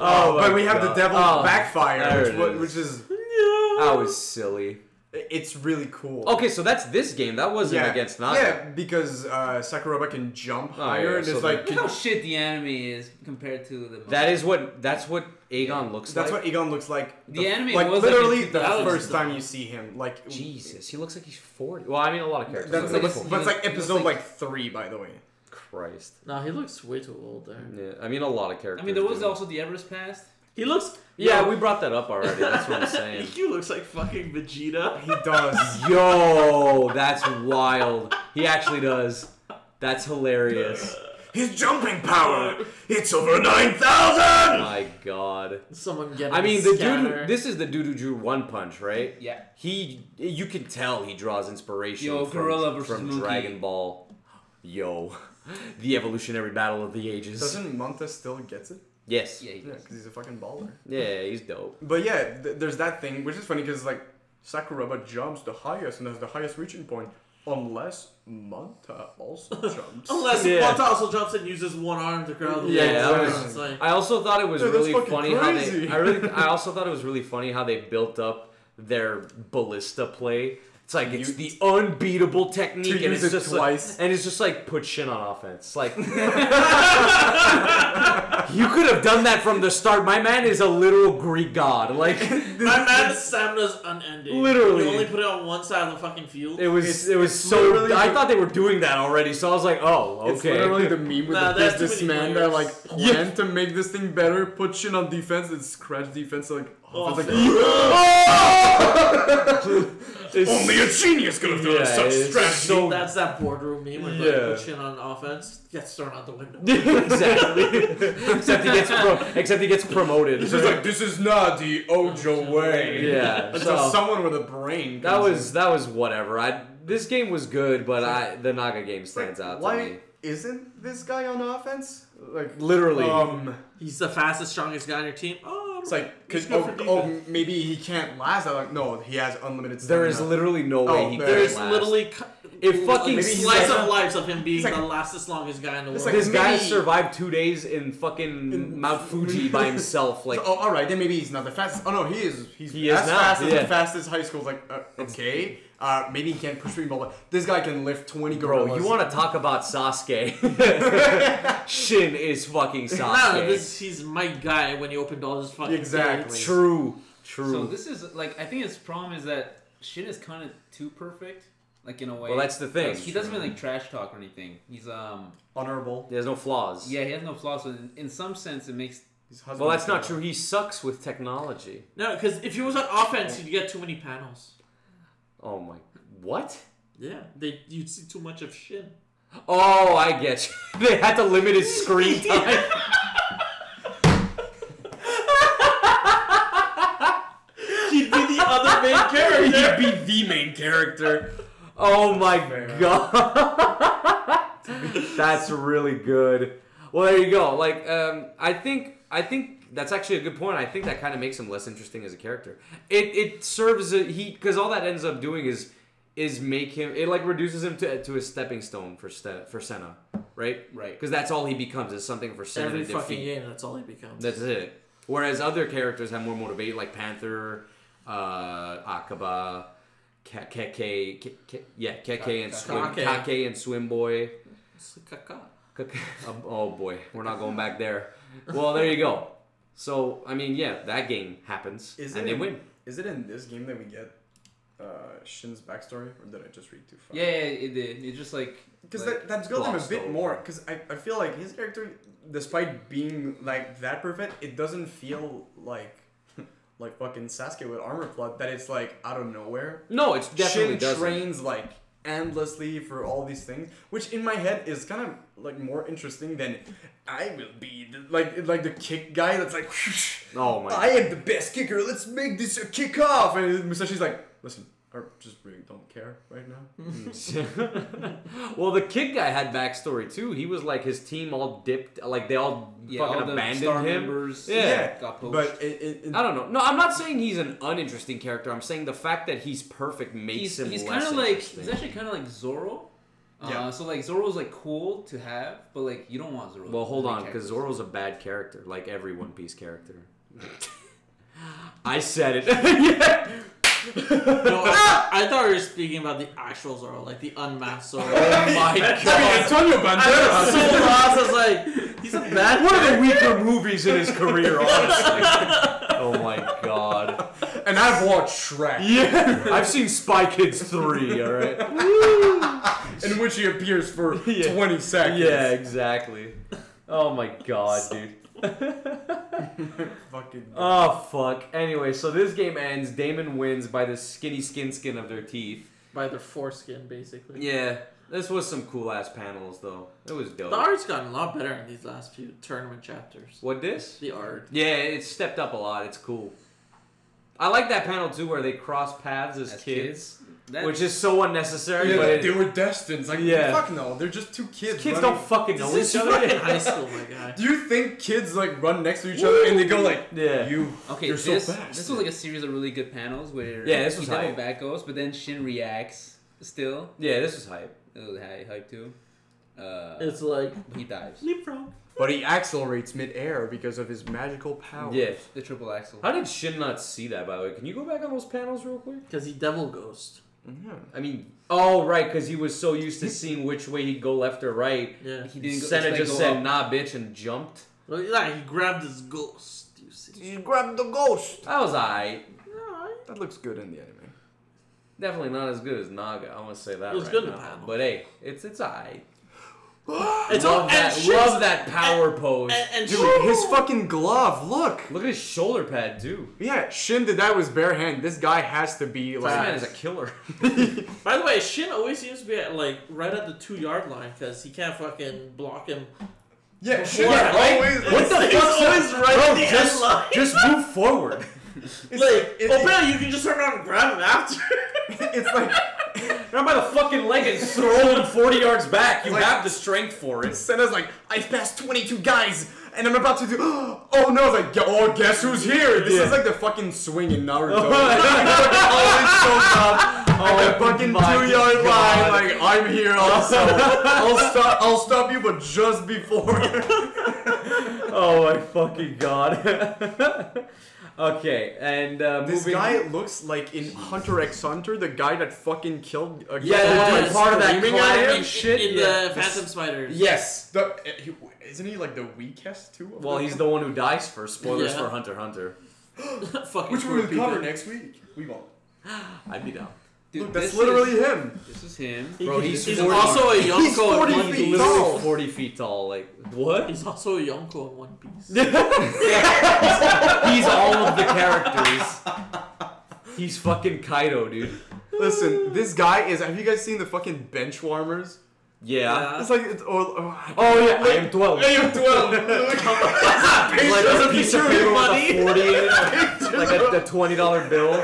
C: Oh,
B: but
C: my
B: we have
C: God.
B: the devil
C: Oh, there
B: backfire, which,
C: it
B: wa-
C: is.
B: which is
C: That was silly.
B: it's really cool.
C: Okay, so that's this game. That wasn't
B: yeah,
C: Oh, against Naga.
B: yeah, because uh, Sakuraba can jump
C: Oh,
B: higher,
C: yeah,
B: and
C: so
B: it's
C: the-
B: like
D: Look how shit the anime is compared to the.
C: That is what. That's what Aegon looks
B: that's
C: like.
B: what Egon looks like.
D: The anime
B: like
D: was like
B: literally
D: in
B: the
D: 2000s
B: first
A: though.
B: time you see him. Like
C: Jesus, he looks like he's forty. Well, I mean, a lot of characters.
B: that's
C: look
B: like,
D: Looks
C: forty.
B: but it's like
D: looks
B: episode
D: like-
B: like three, by the way.
C: [laughs] Christ.
A: no, he looks way too old there.
C: Yeah, I mean, a lot of characters.
D: I mean, there was
C: do.
D: also the Everest Past.
A: He looks.
C: Yeah,
A: Yo,
C: we brought that up already. That's
D: [laughs]
C: what
A: [laughs]
C: I'm saying.
A: EQ looks like fucking Vegeta.
B: He does.
C: Yo, that's wild. He actually does. That's hilarious.
B: His jumping power, it's over nine thousand.
C: My God.
A: Someone get.
C: I
A: him a
C: mean, the dude.
A: scanner.
C: Who, this is the dude who drew One Punch, right?
D: Yeah.
C: He. You can tell he draws inspiration
D: Yo,
C: from,
D: gorilla versus
C: from
D: monkey.
C: Dragon Ball. Yo, [laughs] the evolutionary battle of the ages.
B: Doesn't Monta still gets it?
C: yes.
D: Yeah.
C: Yeah.
D: he
B: Yeah,
D: does.
B: because he's a fucking baller.
C: he's dope.
B: But yeah, th- there's that thing, which is funny because like Sakuraba jumps the highest and has the highest reaching point, unless Manta
C: [laughs]
B: also jumps.
A: Unless
C: Yeah.
A: Monta also jumps and uses one arm to grab the
C: Yeah,
A: legs.
C: that
B: was-
A: It's like,
C: I also thought it was
B: Dude, that's
C: really
B: fucking
C: funny how
B: crazy.
C: they.
B: [laughs]
C: I really. I also thought it was really funny how they built up their ballista play. It's like it's
B: You-
C: the unbeatable technique,
B: To
C: and
B: use
C: it's
B: it
C: just
B: twice.
C: Like, and it's just like put shin on offense.
B: [laughs]
C: Like [laughs] you could have done that from the start. My man is a literal Greek god. Like
A: my man's stamina's unending.
C: Literally.
A: You only put it on one side of the fucking field.
C: it was.
B: It's-
C: it was
B: it's
C: so.
B: literally
C: I
B: the-
C: thought they were doing that already, so I was like, oh, okay.
B: It's literally
C: [laughs]
B: the meme with
A: Nah,
B: the
A: that's too many
B: businessman that
A: players.
B: like [laughs] plan
C: Yeah.
B: to make this thing better, put shit on defense and scratch defense like,
A: Oh,
B: offense,
A: fuck.
B: like [laughs]
C: It's-
B: only a genius could have thought
C: Yeah,
B: of such
C: it's
B: strategy.
C: so
A: That's that boardroom meme where
C: Yeah.
A: like, put shit on offense gets thrown out the window.
C: exactly. except he gets pro- except he gets
B: [laughs]
C: promoted.
B: It's just like this is not the Ojo way. [laughs]
C: yeah.
B: Until
C: so
B: someone with a brain.
C: [laughs] that
B: comes
C: was that was whatever. I this game was good, but I the Naga game
B: in.
C: stands out to
B: Why Oh,
C: me.
B: isn't this guy on offense? Like
C: Literally.
B: Um,
A: He's the fastest, strongest guy on your team. Oh,
B: It's like,
A: he's
B: cause,
A: good
B: oh,
A: for defense.
B: oh, maybe he can't last. I'm like, no, he has unlimited.
C: There is
B: stamina.
C: literally no way
B: Oh,
C: he
B: there
A: There's
C: can last.
A: literally cu-
C: It fucking
A: a
C: sucks.
A: slice of lives of him being
B: It's like-
A: the lastest, longest guy in the world.
B: It's
C: this
B: like
C: guy
B: me.
C: survived two days in fucking
B: In- [laughs]
C: Mount Fuji by himself. Like
B: So, oh, all right. Then maybe he's not the fastest. Oh no, he is. He's
C: He
B: as
C: is now,
B: fast as
C: yeah.
B: the fastest high school. Like, uh, okay, uh, maybe he can't push me, but this guy can lift twenty gorillas.
C: Bro, you want to talk about
B: [laughs]
C: Sasuke? [laughs] Shin is fucking Sasuke.
A: Nah, this, he's my guy when he opened all his fucking
B: Exactly.
A: gates.
C: True, true.
D: So this is like I think his problem is that shit is kind of too perfect, like in a way.
C: well, that's the thing.
D: he doesn't even like trash talk or anything. He's um
B: honorable?
C: There's no flaws.
D: yeah he has no flaws. So in, in some sense it makes
B: His husband
C: Well, that's
B: is
C: not
B: a-
C: true. He sucks with technology.
A: No, because if he was on offense, you'd get too many panels.
C: Oh my. What?
A: Yeah, they you'd see too much of [laughs] shit.
C: Oh, I get you. [laughs] they had to limit his screen
B: [laughs]
C: time.
A: [laughs] He'd be the other main character. character.
B: be the main character.
C: Oh my
B: Fair.
C: god. [laughs] that's really good. Well, there you go. Like, um, I think I think that's actually a good point. I think that kind of makes him less interesting as a character. It it serves a, he because all that ends up doing is is make him it like reduces him to to a stepping stone for Ste- for Senna, right?
D: Right.
C: Because that's all he becomes is something for Senna
A: Every
C: to
A: fucking
C: defeat.
A: game, that's all he becomes.
C: That's it. Whereas other characters have more motivation, like Panther, uh, Akaba, Ke- Keke, Ke- Ke- yeah, Keke and Swim,
A: Kake.
C: Kake and Swim Boy.
A: It's a caca.
C: Kake- um, Oh boy, we're not going back there. Well, there you go. So I mean, yeah, that game happens,
B: Is
C: and
B: it
C: they
B: in-
C: win.
B: Is it in this game that we get uh, Shin's backstory, or did I just read too far?
D: Yeah, yeah, it did. It's just like
B: Because
D: like,
B: that, that's got him a
C: glossed
B: bit
C: over.
B: more. Because I, I feel like his character, despite being like that perfect, it doesn't feel like [laughs] like fucking Sasuke with armor plot that it's like out of nowhere.
C: No, it's definitely
B: Shin
C: doesn't.
B: trains like endlessly for all these things, which in my head is kind of like more interesting than I will be the, like like the kick guy that's
C: [laughs]
B: like
C: Oh my
B: I am the best kicker. Let's make this a kick off. And Musashi's like, listen, I just really don't care right now.
C: [laughs] well, the kid guy had backstory too. He was like his team all dipped, like they all
D: yeah, all
C: fucking
D: the
C: abandoned
D: star
C: him.
D: members.
C: Yeah.
D: got poached.
B: but it, it, it-
C: I don't know. No, I'm not saying he's an uninteresting character. I'm saying the fact that he's perfect makes
D: he's
C: him
D: he's
C: less
D: kind of like
C: interesting.
D: he's actually kind of like Zoro. Uh,
B: Yeah.
D: So like Zoro's like cool to have, but like you don't want Zoro.
C: well, hold
D: to be
C: on, because
D: characters.
C: Zoro's a bad character, like every One Piece character. [laughs] I said it.
A: [laughs]
C: [laughs] Yeah.
A: No, I, I thought we were speaking about the actual Zoro, like the unmasked [laughs] Zoro.
C: Oh my
B: I mean,
C: god.
B: Antonio
A: I was [laughs] so
B: Banderas.
A: lost. I was like, he's a bad.
C: One of the weaker movies in his career,
D: [laughs]
C: honestly. Oh my god.
B: and I've watched Shrek,
C: Yeah. [laughs] I've seen Spy Kids 3, alright?
D: [laughs]
B: in which he appears for
C: [laughs] Yeah.
B: 20 seconds.
C: Yeah, exactly. Oh my god, dude.
B: Fucking.
C: Oh fuck. Anyway, so this game ends. Damon wins by the skinny skin skin of their teeth.
A: By their foreskin, basically.
C: Yeah, this was some cool ass panels though. It was dope.
A: The art's gotten a lot better in these last few tournament chapters.
C: What this?
A: The art.
C: Yeah, it's stepped up a lot. It's cool. I like that panel too, where they cross paths as,
D: As
C: kids,
D: kids, That-
C: which is so unnecessary.
B: yeah,
C: but it,
B: they were destined. Like,
C: Yeah.
B: fuck no, they're just two kids.
C: kids
B: running-
C: don't fucking know
A: This
C: each
A: is
C: [laughs]
A: fucking
C: other.
A: high school, my guy.
B: Do you think kids like run next to each other and they go like,
C: Yeah.
B: you?
D: Okay,
B: you're so
D: this
B: fast.
D: this was like a series of really good panels where
C: Yeah, this
D: he
C: was
D: double
C: hype.
D: back goes, but then Shin reacts still.
C: Yeah, this was hype.
D: It was hy- hype too. Uh,
A: [laughs] It's like
D: he dives
A: leapfrog.
B: But he accelerates midair because of his magical power.
C: Yeah.
D: the triple axel.
C: How did Shin not see that? By the way, can you go back on those panels real quick?
A: Because he devil ghost.
B: Yeah.
C: I mean, oh right, because he was so used to seeing which way he'd go, left or right.
A: Yeah.
D: He didn't. Go,
C: Senna
D: like,
C: just
D: go
C: said,
D: up.
C: "Nah, bitch," and jumped.
A: Look at that. He grabbed his ghost. You see.
B: grabbed the ghost.
C: That was alright.
A: Alright.
B: That looks good in the
C: [gasps]
B: anime.
C: Definitely not as good as Naga. I want to say that.
A: It was
C: right
A: good in
C: now.
A: the panel.
C: but hey, it's it's alright.
A: It's all
C: love
A: and
C: that.
A: shit-
C: Love that power pose.
A: And, and
B: [gasps] Dude,
A: shit-
B: his fucking glove. Look.
C: Look at his shoulder pad too.
B: Yeah, Shin did that with bare hand. This guy has to be
C: This
B: like.
C: man is a [laughs] killer.
A: By the way, Shin always seems to be at, like right at the two yard line because he can't fucking block him.
B: Yeah,
A: Shin right?
C: What the
A: He's
C: fuck's
A: always right at the end
C: just,
A: line.
C: just move [laughs] forward.
B: It's
A: Like,
B: it-
A: oh man, you can just turn around and grab him after.
B: it's like
C: Grab by the fucking leg and throw him [laughs] forty yards back. You
B: Like-
C: have the strength for it.
B: Senna's like, I've passed 22 guys, and I'm about to do. [gasps] Oh no! It's like, oh, guess who's here? This
C: Yeah.
B: is like the fucking swing in Naruto.
C: [laughs] Oh.
B: Like, fucking always shows up at the
C: Oh
B: fucking
C: my
B: two yard line.
C: God.
B: Like, I'm here
C: [laughs]
B: also. I'll stop. I'll stop you, but just
C: [laughs]
B: before.
C: Oh my fucking god. [laughs] okay, and uh,
B: this
C: moving.
B: guy looks like in Hunter X Hunter, the guy that fucking killed. A
C: Yeah,
B: guy
C: that
B: by
A: [laughs]
C: dude, part of that
B: screaming at
C: climbing
B: him.
C: shit,
A: in
C: yeah.
A: the Phantom Spiders.
B: Yes. The, eh, he- isn't he like the weakest too? of
C: Well,
B: them?
C: he's the one who dies first. Spoilers
A: Yeah.
C: for Hunter x Hunter.
A: [laughs] fucking
B: Which we
A: cool
B: will cover
A: people.
B: next week. We won't.
C: I'd be down.
D: Dude,
B: Look, that's
D: this
B: literally
D: Is,
B: him.
D: this is him.
A: He
C: Bro,
A: can-
C: he's
A: he's,
C: 40.
A: also a
B: He's
A: Yonko in
B: 40
A: One
B: feet
A: Piece.
B: tall.
C: Literally forty feet tall. Like what?
A: He's also a Yonko in One Piece.
C: He's all of the [laughs] characters. He's fucking Kaido, dude.
B: Listen, this guy is. Have you guys seen the fucking bench warmers?
C: Yeah.
A: Yeah.
B: It's like it's or, or
C: Oh yeah, I am twelve.
B: I am twelve.
C: Like [laughs] a piece of paper with a forty in it,
B: Pictures
C: like a, a twenty dollar bill.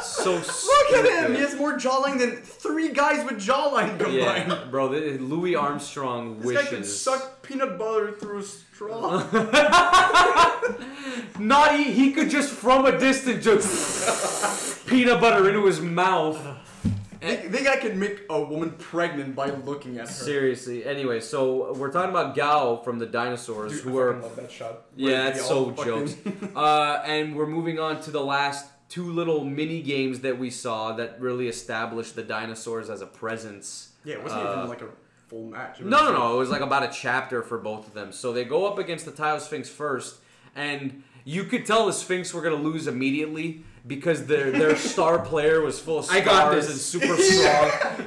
C: so
E: Look
C: stupid.
E: at him! He has more jawline than three guys with jawline combined.
C: Yeah, bro, th- Louis Armstrong
B: This guy could
C: wishes.
B: suck peanut butter through a straw. [laughs]
C: Not he, he could just from a distance just [laughs] peanut butter into his mouth.
B: I think I can make a woman pregnant by looking at her.
C: Seriously. Anyway, so we're talking about Gao from the dinosaurs,
B: Dude, I
C: who are
B: fucking love that shot. Where
C: yeah,
B: they
C: it's
B: all
C: so
B: fucking- [laughs]
C: jokes. uh, and we're moving on to the last two little mini games that we saw that really established the dinosaurs as a presence.
B: Yeah, it wasn't
C: Uh,
B: even like a full match. It was
C: No, no,
B: like-
C: no. It was like about a chapter for both of them. So they go up against the Tiosphinx first, and you could tell the Sphinx were gonna lose immediately because
B: [laughs]
C: their their star player was full of
D: I
C: stars
D: got this.
C: and super strong.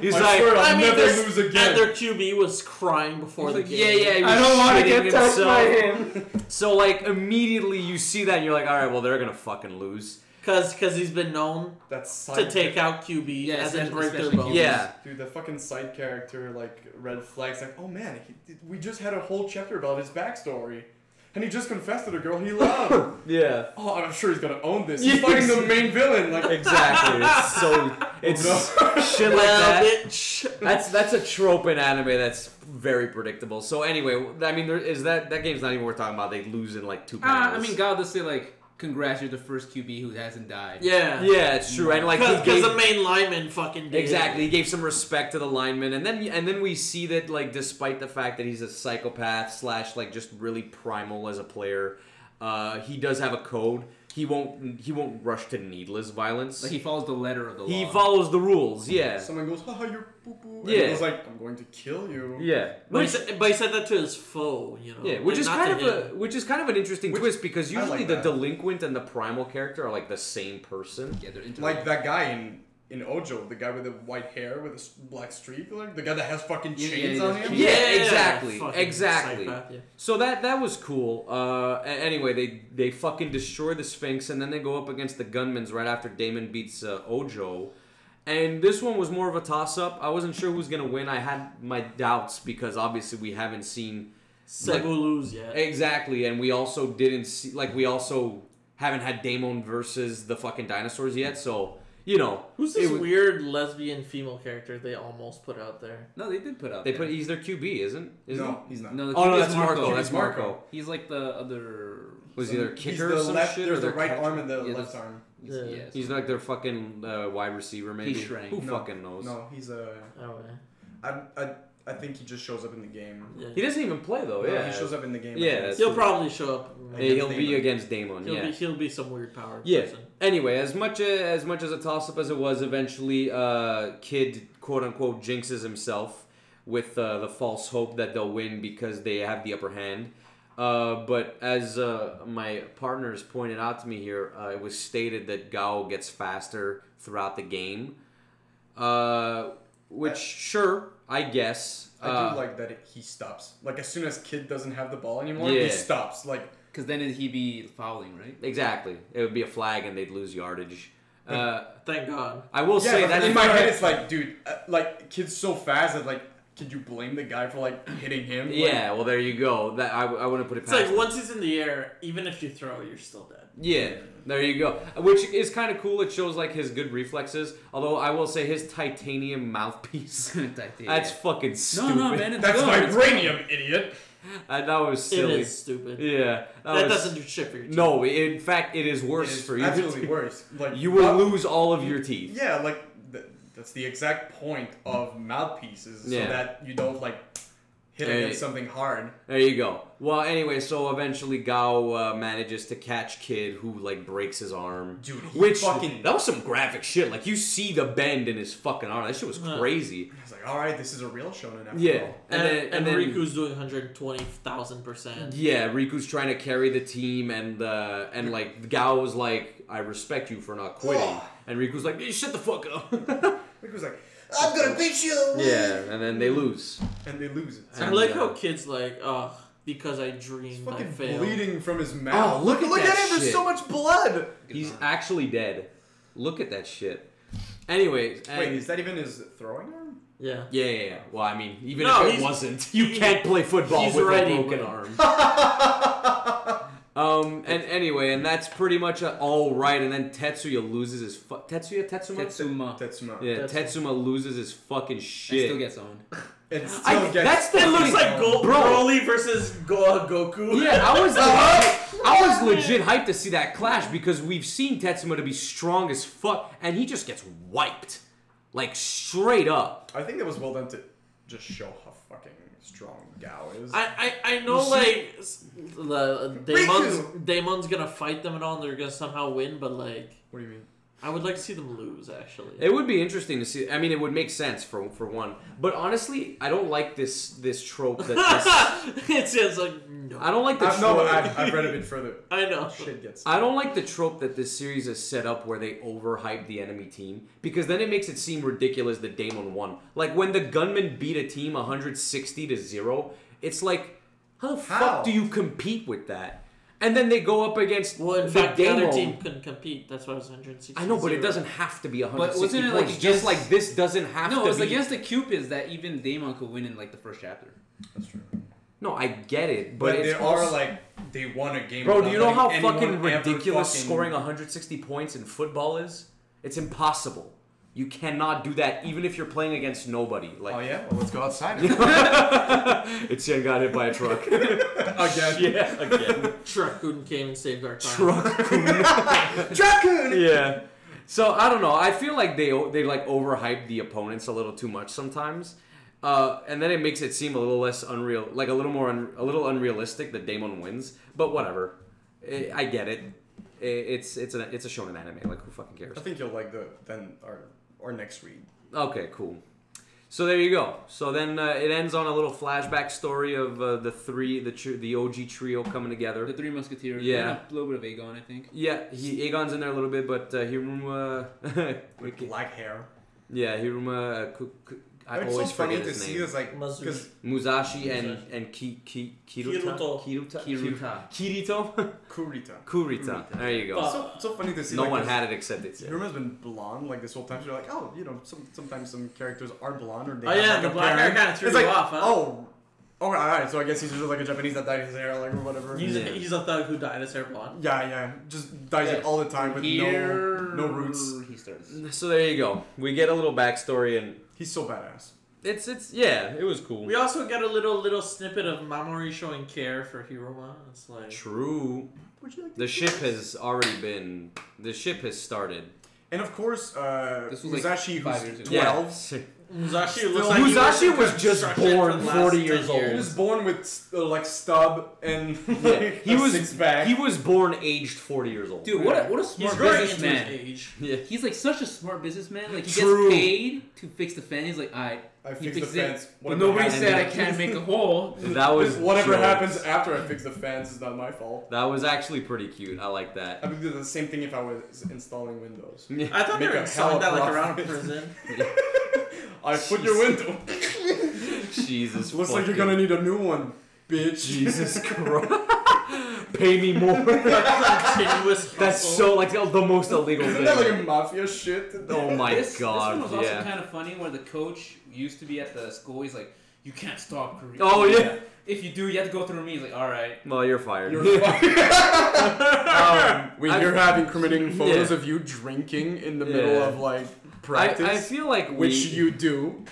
B: [laughs]
C: He's
B: I
C: like,
B: swear I'll
A: I mean,
B: never
A: this-
B: lose again.
A: And their QB was crying before the game.
C: yeah, yeah. he was shitting himself.
D: him.
C: So like immediately you see that and you're like, all right, well they're gonna fucking lose.
A: Because he's been known
B: That side
A: to take out QBs
D: Yeah,
A: as and
D: especially-
A: break their
D: especially
B: Oh,
A: bones.
D: QBs.
C: Yeah,
B: Dude, the fucking side character, like, red flags, like, oh man, he, we just had a whole chapter about his backstory. And he just confessed to the girl he loved.
C: [laughs] yeah,
B: oh, I'm sure he's gonna own this. He's
C: Yes.
B: fucking the main villain. Like,
C: exactly.
D: [laughs]
C: It's so it's
D: Oh,
C: shit like
A: Well,
C: that.
A: bitch.
C: That's that's a trope in anime that's very predictable. So anyway, I mean, there is that that game's not even worth talking about. They lose in like two
D: Ah, I
C: panels.
D: mean, God, let's say like, congrats, you're the first QB who hasn't died.
A: Yeah.
C: yeah, it's true. And like he
A: Because
C: gave-
A: the main lineman fucking did.
C: Exactly. He gave some respect to the lineman, and then and then we see that like despite the fact that he's a psychopath slash like just really primal as a player, uh, he does have a code. He won't he won't rush to needless violence.
D: Like he follows the letter of the
C: he
D: law.
C: follows the rules. Yeah.
B: someone goes, haha, you're poo poo. And
C: Yeah.
B: he was like, I'm going to kill you.
C: Yeah.
A: But he,
C: Which,
A: said, but he said that to his foe, you know.
C: yeah, which
A: Oh, and
C: is
A: not
C: kind
A: to
C: of
A: him.
C: a which is kind of an interesting
B: Which-
C: twist because
B: I like
C: usually the
B: that.
C: delinquent and the primal character are like the same person.
D: Yeah, they're
B: Like
D: interlinked.
B: that guy in in Ojo, the guy with the white hair with a s- black streak, like the guy that has fucking
D: Yeah, yeah,
B: chains
D: yeah,
B: on
D: yeah.
B: him.
C: Yeah, exactly,
A: fucking
C: exactly.
A: psychopath, yeah.
C: So that that was cool. Uh, a- anyway, they they fucking destroy the Sphinx, and then they go up against the Gunmans right after Damon beats uh, Ojo. And this one was more of a toss up. I wasn't sure who was gonna win. I had my doubts because obviously we haven't seen
A: Cebu lose yet.
C: exactly, and we also didn't see like we also haven't had Damon versus the fucking dinosaurs yet. So you know
A: Who's
C: it
A: this
C: was-
A: weird lesbian female character they almost put out there?
D: no, they did put out.
C: They
D: there.
C: put he's their QB, isn't? isn't
B: No, he's not.
D: No, the
C: Oh no,
D: QB is
C: that's Marco.
D: Marco.
C: That's
B: Marco.
C: Marco.
D: He's like the other.
C: Was
B: Some-
C: he their
B: he's
C: kicker or
B: the
C: some
B: left,
C: shit?
B: There's
C: or
B: the
C: their
B: right
C: catcher?
B: arm and the
D: Yeah,
B: left
D: that's-
B: arm.
D: He's,
A: Yeah.
D: yes.
C: He's like their fucking uh, wide receiver, maybe.
D: shrank.
C: Who
B: No.
C: fucking knows?
B: No, he's a.
A: Oh,
B: I, I, I think he just shows up in the game.
A: yeah.
C: He
A: yeah.
C: doesn't even play though.
B: No,
C: Oh, yeah,
B: he shows up in the game. I
C: Yeah,
B: guess.
C: that's-
A: He'll probably show up.
C: Yeah, he'll
B: against
C: be
B: Damon.
C: against Damon.
A: He'll
C: yeah.
A: be he'll be some weird power
C: Yeah.
A: person.
C: Anyway, as much a, as much as a toss up as it was, eventually, uh, Kid quote unquote jinxes himself with uh, the false hope that they'll win because they have the upper hand. Uh, but as uh, my partners pointed out to me here, uh, it was stated that Gao gets faster throughout the game, uh, which
B: I-
C: sure I guess.
B: I
C: uh,
B: do like that it, he stops. Like as soon as Kid doesn't have the ball anymore, he
C: Yeah.
B: stops. Like
D: Because then he'd be fouling, right?
C: Exactly. It would be a flag and they'd lose yardage. Uh,
A: Thank God.
C: I will
B: yeah,
C: say
B: but
C: that
B: in my head, it's like, dude, uh, like Kid's so fast that like, could you blame the guy for like hitting him? Like,
C: Yeah, well, there you go. That I, I wouldn't put it
A: It's
C: past.
A: like
C: them.
A: once he's in the air, even if you throw, you're still dead.
C: yeah, there you go. Which is kind of cool. It shows like his good reflexes. Although I will say his titanium mouthpiece.
D: That's
C: That's fucking stupid.
D: No, no, man, it's
B: that's
D: good. It's-
B: vibranium, idiot.
C: Uh, [laughs] that was
A: It
C: silly.
A: is stupid.
C: Yeah, that,
A: that
C: was-
A: doesn't do shit for your team.
C: [laughs] No, in fact, it is worse
B: It's
C: for you. [laughs]
B: Absolutely worse. Like
C: You will
B: what-
C: lose all of your teeth.
B: Yeah, like th- that's the exact point of mouthpieces,
C: Yeah.
B: so that you don't like hit
C: Hey.
B: against something hard.
C: There you go. Well, anyway, so eventually Gao uh, manages to catch Kid, who like breaks his arm.
B: Dude, he
C: which
B: fucking-
C: that was some graphic shit. Like you see the bend in his fucking arm. That shit was
A: Huh.
C: crazy.
B: It's like, all right, this is a real shonen after
C: Yeah,
B: all.
A: And, and,
C: then-
A: Riku's doing 120,000 percent.
C: yeah, Riku's trying to carry the team, and uh, and like Gao was like, "I respect you for not quitting,"
B: Ugh.
C: and Riku's like, "Eh, "Shut the fuck up." [laughs]
B: Rick was like, I'm gonna beat you.
C: yeah, and then they lose.
B: and they lose it.
A: I
C: And,
A: like
C: uh,
A: how kids like, oh, because I dreamed I
B: fucking
A: failed.
B: bleeding from his mouth.
C: Oh, look at that
B: him. There's
C: shit.
B: so much blood.
C: He's actually dead. Look at that shit. Anyways, and,
B: Wait, is that even his throwing arm?
A: Yeah.
C: Yeah, yeah, yeah. Well, I mean, even
A: No,
C: if it
A: he's-
C: wasn't, you
A: he-
C: can't play football
A: he's
C: with a
A: ready,
C: broken
A: but-
C: arm. Um, and anyway, and that's pretty much a, all right. And then Tetsuya loses his fu- Tetsuya Tetsuma.
D: [laughs] Tetsuma. I
B: That's not.
C: yeah,
A: Tetsuma.
C: Tetsuma loses his fucking shit.
D: still gets owned.
B: It still
C: I-
B: gets-
C: that's the
A: It looks
C: look.
A: like Go-
C: Bro.
A: Broly versus Go- uh, Goku.
C: Yeah,
B: [laughs]
C: I was
B: Uh-huh.
C: legit, I was legit hyped to see that clash because we've seen Tetsuma to be strong as fuck, and he just gets wiped, like straight up.
B: I think that was well done to just show how fucking strong Gao is.
A: I, I, I know
B: You see-
A: like s- the
B: Riku!
A: Damon's Damon's gonna fight them and all, and they're gonna somehow win. But like,
B: what do you mean?
A: I would like to see them lose actually. [laughs]
C: It would be interesting to see. I mean, it would make sense for for one, but honestly, I don't like this this trope that
B: [laughs]
C: this.
A: it's it's like no,
C: I don't like the
B: Uh,
C: trope.
B: no, I've, I've read a bit further.
C: [laughs]
A: I know.
B: Shit gets.
C: I don't like the trope that this series is set up where they overhype the enemy team because then it makes it seem ridiculous that Damon won. Like when the gunmen beat a team 160 to 0, it's like how the
B: How?
C: fuck do you compete with that? And then they go up against
A: Well, in
C: the
A: fact, the other
C: Daemon.
A: team couldn't compete. That's why it was 160.
C: I know, but it
A: zero.
C: doesn't have to be 160
D: wasn't it, like,
C: points. just
D: against-
C: like this doesn't have
D: No,
C: to
D: it was
C: be
D: against the Cupids that even Daemon could win in like the first chapter.
B: That's true.
C: No, I get it, but,
B: But,
C: it's
B: they are
C: also-
B: like they won a game.
C: Bro, do
B: without
C: you know
B: letting
C: how
B: anyone
C: fucking
B: ever
C: ridiculous
B: fucking-
C: scoring 160 points in football is? It's impossible. You cannot do that even if you're playing against nobody. Like
B: Oh yeah, well let's go
C: [laughs]
B: outside.
C: Etienne got hit by
B: [laughs]
C: a truck.
B: Again.
C: yeah, again.
A: Truckun came and saved our time.
C: truck. [laughs]
B: Dracoon.
C: Yeah. So I don't know. I feel like they o- they like overhype the opponents a little too much sometimes, uh, and then it makes it seem a little less unreal, like a little more un- a little unrealistic that Damon wins. But whatever, I, I get it. I- It's it's a it's a shonen anime. Like who fucking cares?
B: I think you'll like the then our our next read.
C: Okay, cool. So there you go. So then uh, it ends on a little flashback story of uh, the three, the tr- the OG trio coming together.
D: The Three Musketeers.
C: Yeah.
D: A little bit of Aegon, I think.
C: Yeah, he Aegon's in there a little bit, but uh, Hiruma.
B: With black hair.
C: yeah, Hiruma. Uh, Ku- Ku- I
B: it's
C: always
B: so funny
C: forget
B: to
C: his
B: see
C: name.
B: this like
A: Mazu.
B: because
C: Musashi and and Ki, Ki, Kiruta.
A: Kiruto.
C: Kiruta.
D: Kiruta.
C: Kirito. [laughs]
B: Kurita.
C: Kurita. There you go.
A: Fuck.
B: So, so funny to see.
C: no
B: like,
C: one
B: this-
C: had it except it's.
B: Hiruma's been blonde like this whole time. So you're like, oh, you know, some, sometimes some characters are blonde or they.
A: Oh,
B: have,
A: yeah,
B: like,
A: the
B: a
A: black hair
B: parent.
A: kinda threw
B: It's
A: you
B: like,
A: off, huh?
B: Oh, oh, all right. So I guess he's just like a Japanese that dyed his hair like or whatever.
A: He's,
C: Yeah.
A: a, he's a thug who dyed his hair blonde.
B: yeah, yeah, just dyes it all the time with
D: Here-
B: no no roots.
D: He starts.
C: So there you go. We get a little backstory and
B: He's so badass.
C: it's it's yeah, it was cool.
A: We also got a little little snippet of Mamori showing care for Hiroma. It's like
C: True.
B: Would you like
C: The ship has already been. The ship has started.
B: And of course, uh,
D: This was, like,
B: Musashi,
D: five
B: who's
D: years ago.
C: Yeah.
B: twelve,
A: Musashi
B: Still-
A: looks like he
C: Musashi
A: worked in
C: was just
A: construction
C: born
A: for the last
C: 40
A: 10
C: years old.
B: he
A: years.
B: was born with uh, like stub and [laughs]
C: Yeah.
B: like,
C: He
B: a
C: was
B: six pack.
C: he was born aged forty years old.
D: Dude, what a, what a smart
A: He's growing into his
D: businessman.
A: age.
C: [laughs] Yeah.
D: He's like such a smart businessman. Like he
C: True.
D: gets paid to fix the fan. He's like, all right,
B: I
D: he
B: fixed the
D: fixes it.
B: fence.
D: But
B: Whatever
D: nobody
B: happened-
D: said I can't
B: [laughs]
D: make a hole.
C: That was
B: whatever
C: jokes.
B: happens after I fix the fans is not my fault.
C: That was actually pretty cute. I like
B: I
C: that.
B: would do the same thing if I was installing windows.
A: I thought
B: Make
A: they
B: a
A: were selling
B: hell
A: that
B: of
A: like
B: a [laughs]
A: around a
B: profit.
A: prison.
B: I put your window.
C: [laughs] Jesus.
B: Looks like you're
C: fucking-
B: gonna need a new one, bitch.
C: [laughs] Jesus Christ. Pay me more.
A: Continuous
C: [laughs] That's
A: hustle.
C: so like the most illegal
B: [laughs] Isn't that like
C: thing.
B: a mafia shit?
C: Oh [laughs] my
D: this,
C: god.
D: This one was
C: yeah.
D: also kind of funny where the coach used to be at the school. He's like, you can't stop Korea.
C: Oh, yeah.
D: If you do, you have to go through me. He's like, all right.
C: well, you're fired. [laughs]
B: You're [laughs]
C: Um,
B: We
C: I-
B: are having committing photos
C: Yeah.
B: of you drinking in the
C: Yeah.
B: middle of like
C: I,
B: practice,
C: I feel like we,
B: which you do.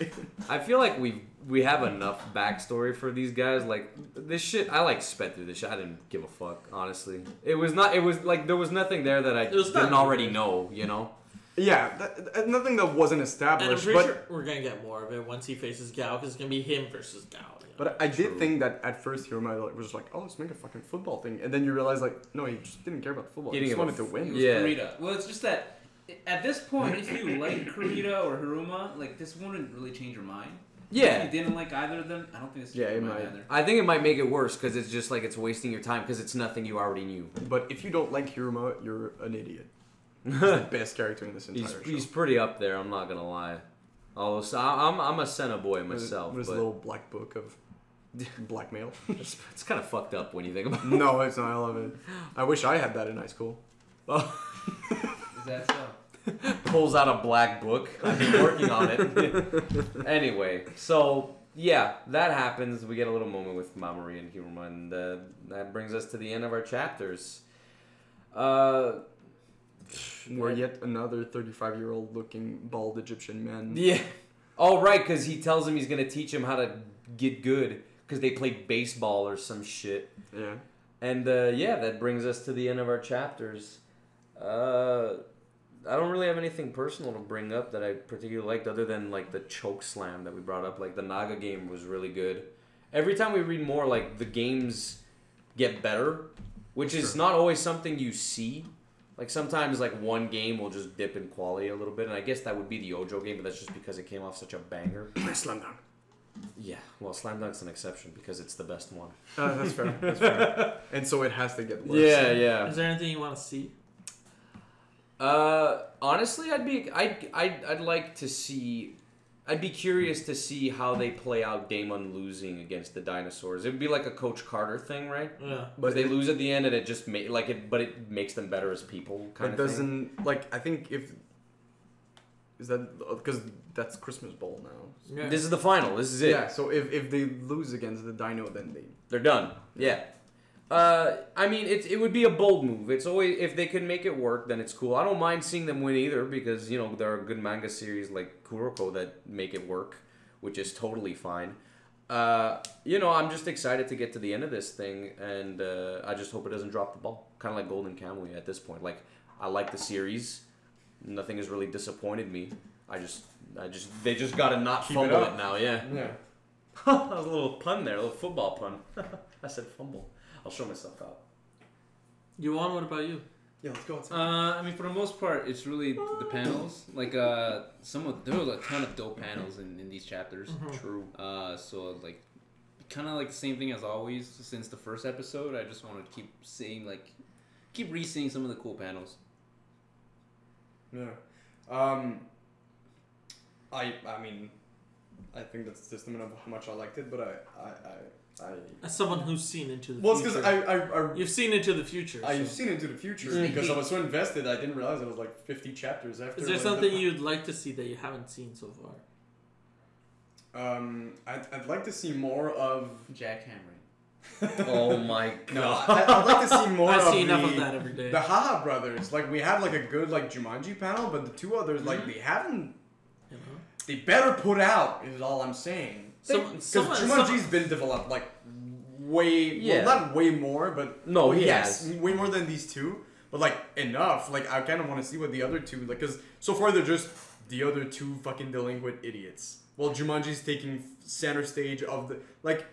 C: I feel like we we have enough backstory for these guys. Like this shit, I like sped through this shit. I didn't give a fuck, honestly. It was not. It was like there was nothing there that I
A: It was
C: didn't
A: nothing.
C: already know. You know.
B: yeah, that, that- nothing that wasn't
A: And I'm
B: established,
A: pretty
B: but
A: sure we're gonna get more of it once he faces Gao, because it's gonna be him versus Gao. you know?
B: but uh, I did
C: True.
B: think that at first he reminded like, was just like, oh, let's make a fucking football thing, and then you realize like, no, he just didn't care about football.
C: He
B: He,
C: didn't
B: just
C: give
B: wanted
C: a
B: to
C: f-
B: win.
D: It was
C: Yeah.
D: Kurita. Well, it's just that at this point, if you like Kurita or Haruma, like this wouldn't really change your mind.
C: Yeah.
D: If you didn't like either of them, I don't think this
B: Yeah,
D: changed
B: it
D: your mind
B: might.
D: either.
C: I think it might make it worse because it's just like it's wasting your time because it's nothing you already knew.
B: But if you don't like Hiruma, you're an
C: [laughs]
B: idiot. He's the best character in this entire
C: He's,
B: show.
C: he's pretty up there. I'm not gonna lie. Although so I- I'm I'm a Senna boy
B: With his-
C: [laughs] myself,
B: with his
C: but
B: little black book
C: [laughs]
B: of blackmail. [laughs]
C: it's, it's kind of fucked up when you think about. it.
B: no, it's not. I love it. I wish I had that in high school.
D: Is that so?
C: pulls out a black book. I've been working on it. anyway, so yeah, that happens. We get a little moment with Mamori and Hiruma, and uh, that brings us to the end of our chapters. Uh,
F: Where yet another 35 year old looking bald Egyptian man.
C: yeah. Oh, right, because he tells him he's going to teach him how to get good because they played baseball or some shit. [clears throat]
F: Yeah.
C: And uh, yeah, that brings us to the end of our chapters. Uh, I don't really have anything personal to bring up that I particularly liked, other than like the choke slam that we brought up. Like the Naga game was really good. Every time we read more, like the games get better, which is not always something you see. Like sometimes, like one game will just dip in quality a little bit, and I guess that would be the Ojo game, but that's just because it came off such a banger.
F: Slam dunk.
C: Yeah, well, Slam Dunk's an exception because it's the best one.
F: Uh, that's fair. That's fair.
C: [laughs]
F: and so it has to get worse.
C: Yeah, yeah.
A: Is there anything you want to see?
C: Uh, honestly, I'd be I'd, I'd I'd like to see. I'd be curious to see how they play out Damon losing against the dinosaurs. It'd be like a Coach Carter thing, right?
A: Yeah.
C: But they lose at the end, and it just ma- like it, but it makes them better as people. Kind
F: it
C: of Thing.
F: doesn't like I think if is that because that's Christmas Bowl now.
A: yeah.
C: This is the final. This is it.
F: Yeah. So if, if they lose against the Dino, then they
C: They're done. Yeah. Uh, I mean, it, it would be a bold move. It's always if they can make it work, then it's cool. I don't mind seeing them win either because you know there are good manga series like Kuroko that make it work, which is totally fine. Uh, you know, I'm just excited to get to the end of this thing, and uh, I just hope it doesn't drop the ball. Kind of like Golden Kamuy at this point. Like I like the series. Nothing has really disappointed me. I just, I just, they just gotta not
B: Keep it
C: fumble
B: up.
C: it now. Yeah.
B: Yeah.
C: that was [laughs] a little pun there, a little football pun. [laughs] I said fumble. I'll show myself out.
A: You want? What about you?
F: yeah let's go outside.
D: Uh, I mean, for the most part, it's really the panels. Like, uh, some of there was a ton of dope panels in, in these chapters.
A: Um, Mm-hmm.
C: True.
D: Uh, so like, kind of like the same thing as always since the first episode. I just want to keep seeing like, keep re-seeing some of the cool panels.
B: Yeah. Um. I I mean, I think that's a testament of how much I liked it, but I I I. I
A: As someone who's seen into the
B: well, it's
A: future.
B: because I I I.
A: You've seen into the future.
B: I've
A: so-
B: seen into the future
A: Mhm.
B: because I was so invested. I didn't realize it was like fifty chapters after.
A: Is there
B: like,
A: something
B: the-
A: you'd like to see that you haven't seen so far?
B: Um, I'd, I'd like to see more of. [laughs]
C: [laughs]
D: Jackhammering.
C: Oh my
B: No, I,
C: [laughs]
B: I'd like to see more.
A: I
B: of
A: see enough
B: the,
A: of that every day.
B: The Haha Brothers, like we have like a good like Jumanji panel, but the two others, like
A: Mm-hmm.
B: they haven't.
A: You know?
B: They better put out is all I'm saying.
A: Some,
B: Because
A: someone, some,
B: Jumanji's been developed like way,
C: Yeah.
B: well, not way more, but
C: No,
B: well,
C: he
B: yes,
C: has.
B: way more than these two. But like enough. Like I kind of want to see what the other two like, because so far they're just the other two fucking delinquent idiots. Well, Jumanji's taking center stage of the like.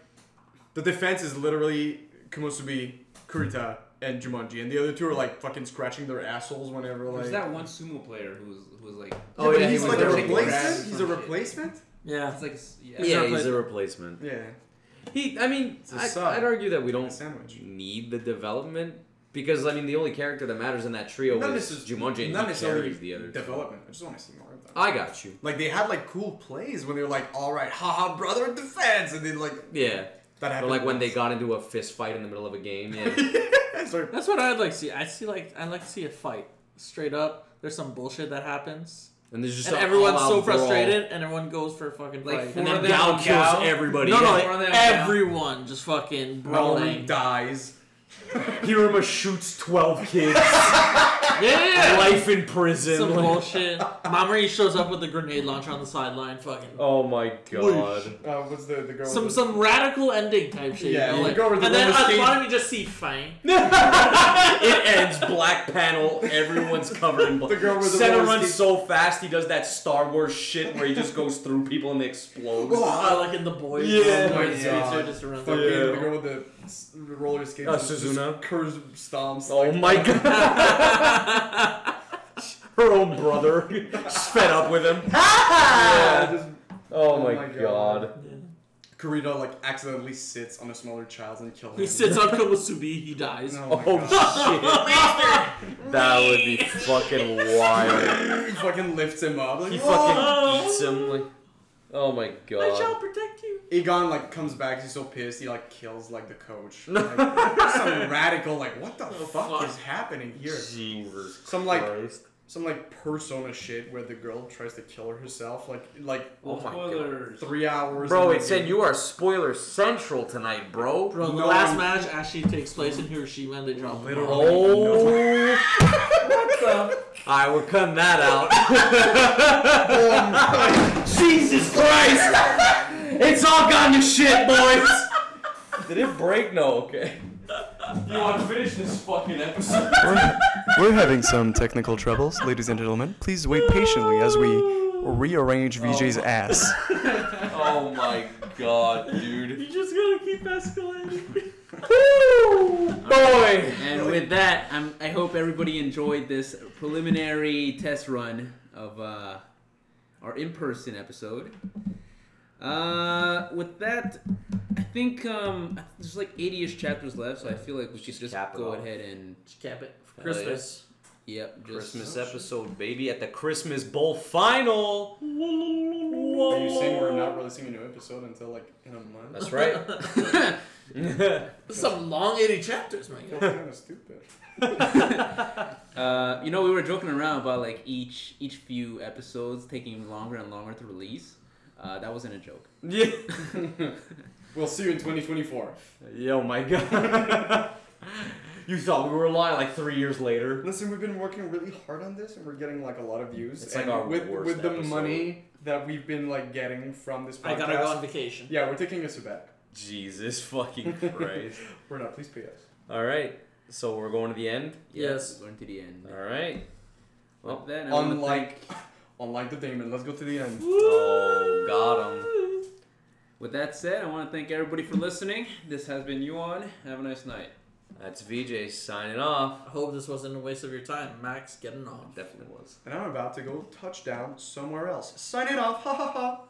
B: The defense is literally Komosubi, Kurita, and Jumanji, and the other two are like fucking scratching their assholes whenever like.
D: There's that one sumo player who was who was like,
B: Yeah,
C: Oh,
B: but
C: yeah, he
B: he's
C: was
B: like a
C: there.
B: replacement.
D: Grabs
B: He's a
D: some shit.
B: replacement.
A: yeah.
D: it's like s-
C: [laughs]
D: yeah.
A: Yeah.
C: he's a replacement.
B: Yeah,
C: He, I mean,
B: a
C: I,
B: sub.
C: I'd argue that we
B: a
C: don't
B: sandwich.
C: need the development because I mean the only character that matters in that trio
B: Not
C: is
B: necessarily-
C: Jumanji, and
B: not
C: he
B: necessarily
C: carries the other. two.
B: development. I just want to see more of them.
C: I got you.
B: Like they had like cool plays when they were like, "All right, haha, brother, defense," and then like
C: Yeah,
B: that
C: or
B: happened.
C: like when they got into a fist fight in the middle of a game. Yeah, [laughs]
B: [laughs] Sorry.
A: That's what I'd like to see. I see like I'd like to see a fight. Straight up. There's some bullshit that happens.
C: and there's just
A: and
C: an
A: everyone's
C: all-out
A: so
C: brawl.
A: frustrated and everyone goes for a fucking
D: Like
A: fight.
D: four
C: And
D: Or
C: then
D: they
C: Gao
D: don't
C: kills
D: Gao.
C: everybody.
A: no, no,
C: [laughs]
D: Yeah. Or they
A: like,
D: don't
A: everyone just fucking
B: Rowan
A: brawling.
C: [laughs]
B: dies.
C: Hiruma shoots twelve [laughs] kids.
A: Yeah, yeah, yeah.
C: life in prison.
A: some
C: like-
A: bullshit. Mamori shows up with a grenade launcher on the sideline. Fucking
C: oh my god.
B: Uh, what's the the girl?
A: some
B: with
A: some radical ending type shit.
B: Yeah,
A: you
B: you
A: know, like,
B: go with
A: and
B: the
A: then
B: rubber
A: at the
B: stage.
A: bottom you just see Fang. [laughs]
B: [laughs]
C: It ends black panel. Everyone's covered in black.
B: The girl with the
C: Senna
B: roller
C: runs
B: skate-
C: so fast he does that Star Wars shit where he just goes through people and they explode.
A: Uh, like in the boys.
C: Yeah.
A: the
B: Oh my
A: boys series,
B: God.
A: they're just around
B: fucking
C: Yeah.
B: the girl with the s- roller skates?
C: Uh,
B: and just
C: Suzuna.
B: Curves stomps.
C: Oh
B: like-
C: my god! [laughs] Her own brother, fed up with him.
B: Yeah, just
C: Oh
B: my
C: my,
B: God.
C: god.
B: Kurita like accidentally sits on a smaller child and kills him.
A: He
B: [laughs]
A: sits on Komosubi, he dies. [laughs]
B: Oh, my
C: Oh
B: God.
C: shit! that would be fucking wild.
B: He fucking lifts him up. Like,
C: He
B: "Oh!"
C: fucking eats him. Like, oh my
A: I
C: god.
A: shall protect you.
B: Egon like comes back. He's so pissed. He like kills like the [laughs] coach. Like, some radical like what the fuck,
C: Oh,
A: fuck.
B: is happening here?
C: Jesus
B: Some, like,
C: Christ.
B: some like persona shit where the girl tries to kill her herself, like like
C: Oh my God.
D: Spoilers.
B: three hours.
C: Bro,
B: in
C: it
B: the
C: said
B: game.
C: you are spoiler central tonight, bro.
A: Bro, the
B: No
A: last
B: one-
A: match actually takes place in Hiroshima and they drop the bomb.
B: Literally.
C: Oh. [laughs] I will cut that out. [laughs]
B: Oh my-
C: Jesus Christ! it's all gone to shit, boys.
E: Did it break? No, okay.
C: You want to finish this fucking episode?
F: We're, we're having some technical troubles, ladies and gentlemen. Please wait patiently as we rearrange VJ's ass.
C: Oh my god,
A: [laughs]
C: dude.
A: You just gotta keep escalating.
C: Boy.
D: And with that, I'm, I hope everybody enjoyed this preliminary test run of uh, our in-person episode. Uh, with that, I think um, there's like 80-ish chapters left, so I feel like we should just
C: cap it
D: go
C: off.
D: ahead and
A: Just cap it for
C: Hell yeah.
A: Christmas.
D: yep, just,
C: Christmas episode, baby, at the Christmas Bowl final.
B: [laughs]
C: Are
B: Are you saying we're not releasing a new episode until like in a month?
C: That's [laughs] right.
A: This is some long 80 chapters, man.
B: That's kind of
C: [laughs]
B: stupid.
D: Uh, you know, we were joking around about like each each few episodes taking longer and longer to release. Uh, that wasn't a joke.
C: yeah.
B: We'll see you in 2024.
C: Yo, oh my god. [laughs] you thought we were lying like three years later.
B: Listen, we've been working really hard on this, and we're getting like a lot of views.
C: It's like
B: And
C: our
B: with
C: worst
B: with the
C: episode.
B: money that we've been like getting from this podcast.
A: I gotta go on vacation.
B: Yeah, we're taking us back.
C: Jesus fucking Christ.
B: We're not. Please pay us.
C: [laughs] All right. So we're going to the end.
D: Yeah,
A: Yes.
D: we're going to the end.
C: All right.
D: With that, I wanna thank-
B: Unlike, unlike the demon. Let's go to the end.
C: Oh, got him.
D: With that said, I want to thank everybody for listening. This has been you on. Have a nice night.
C: That's VJ signing off.
A: I hope this wasn't a waste of your time. Max, getting off.
C: Definitely was.
B: And I'm about to go touchdown somewhere else. Sign it off. Ha ha ha.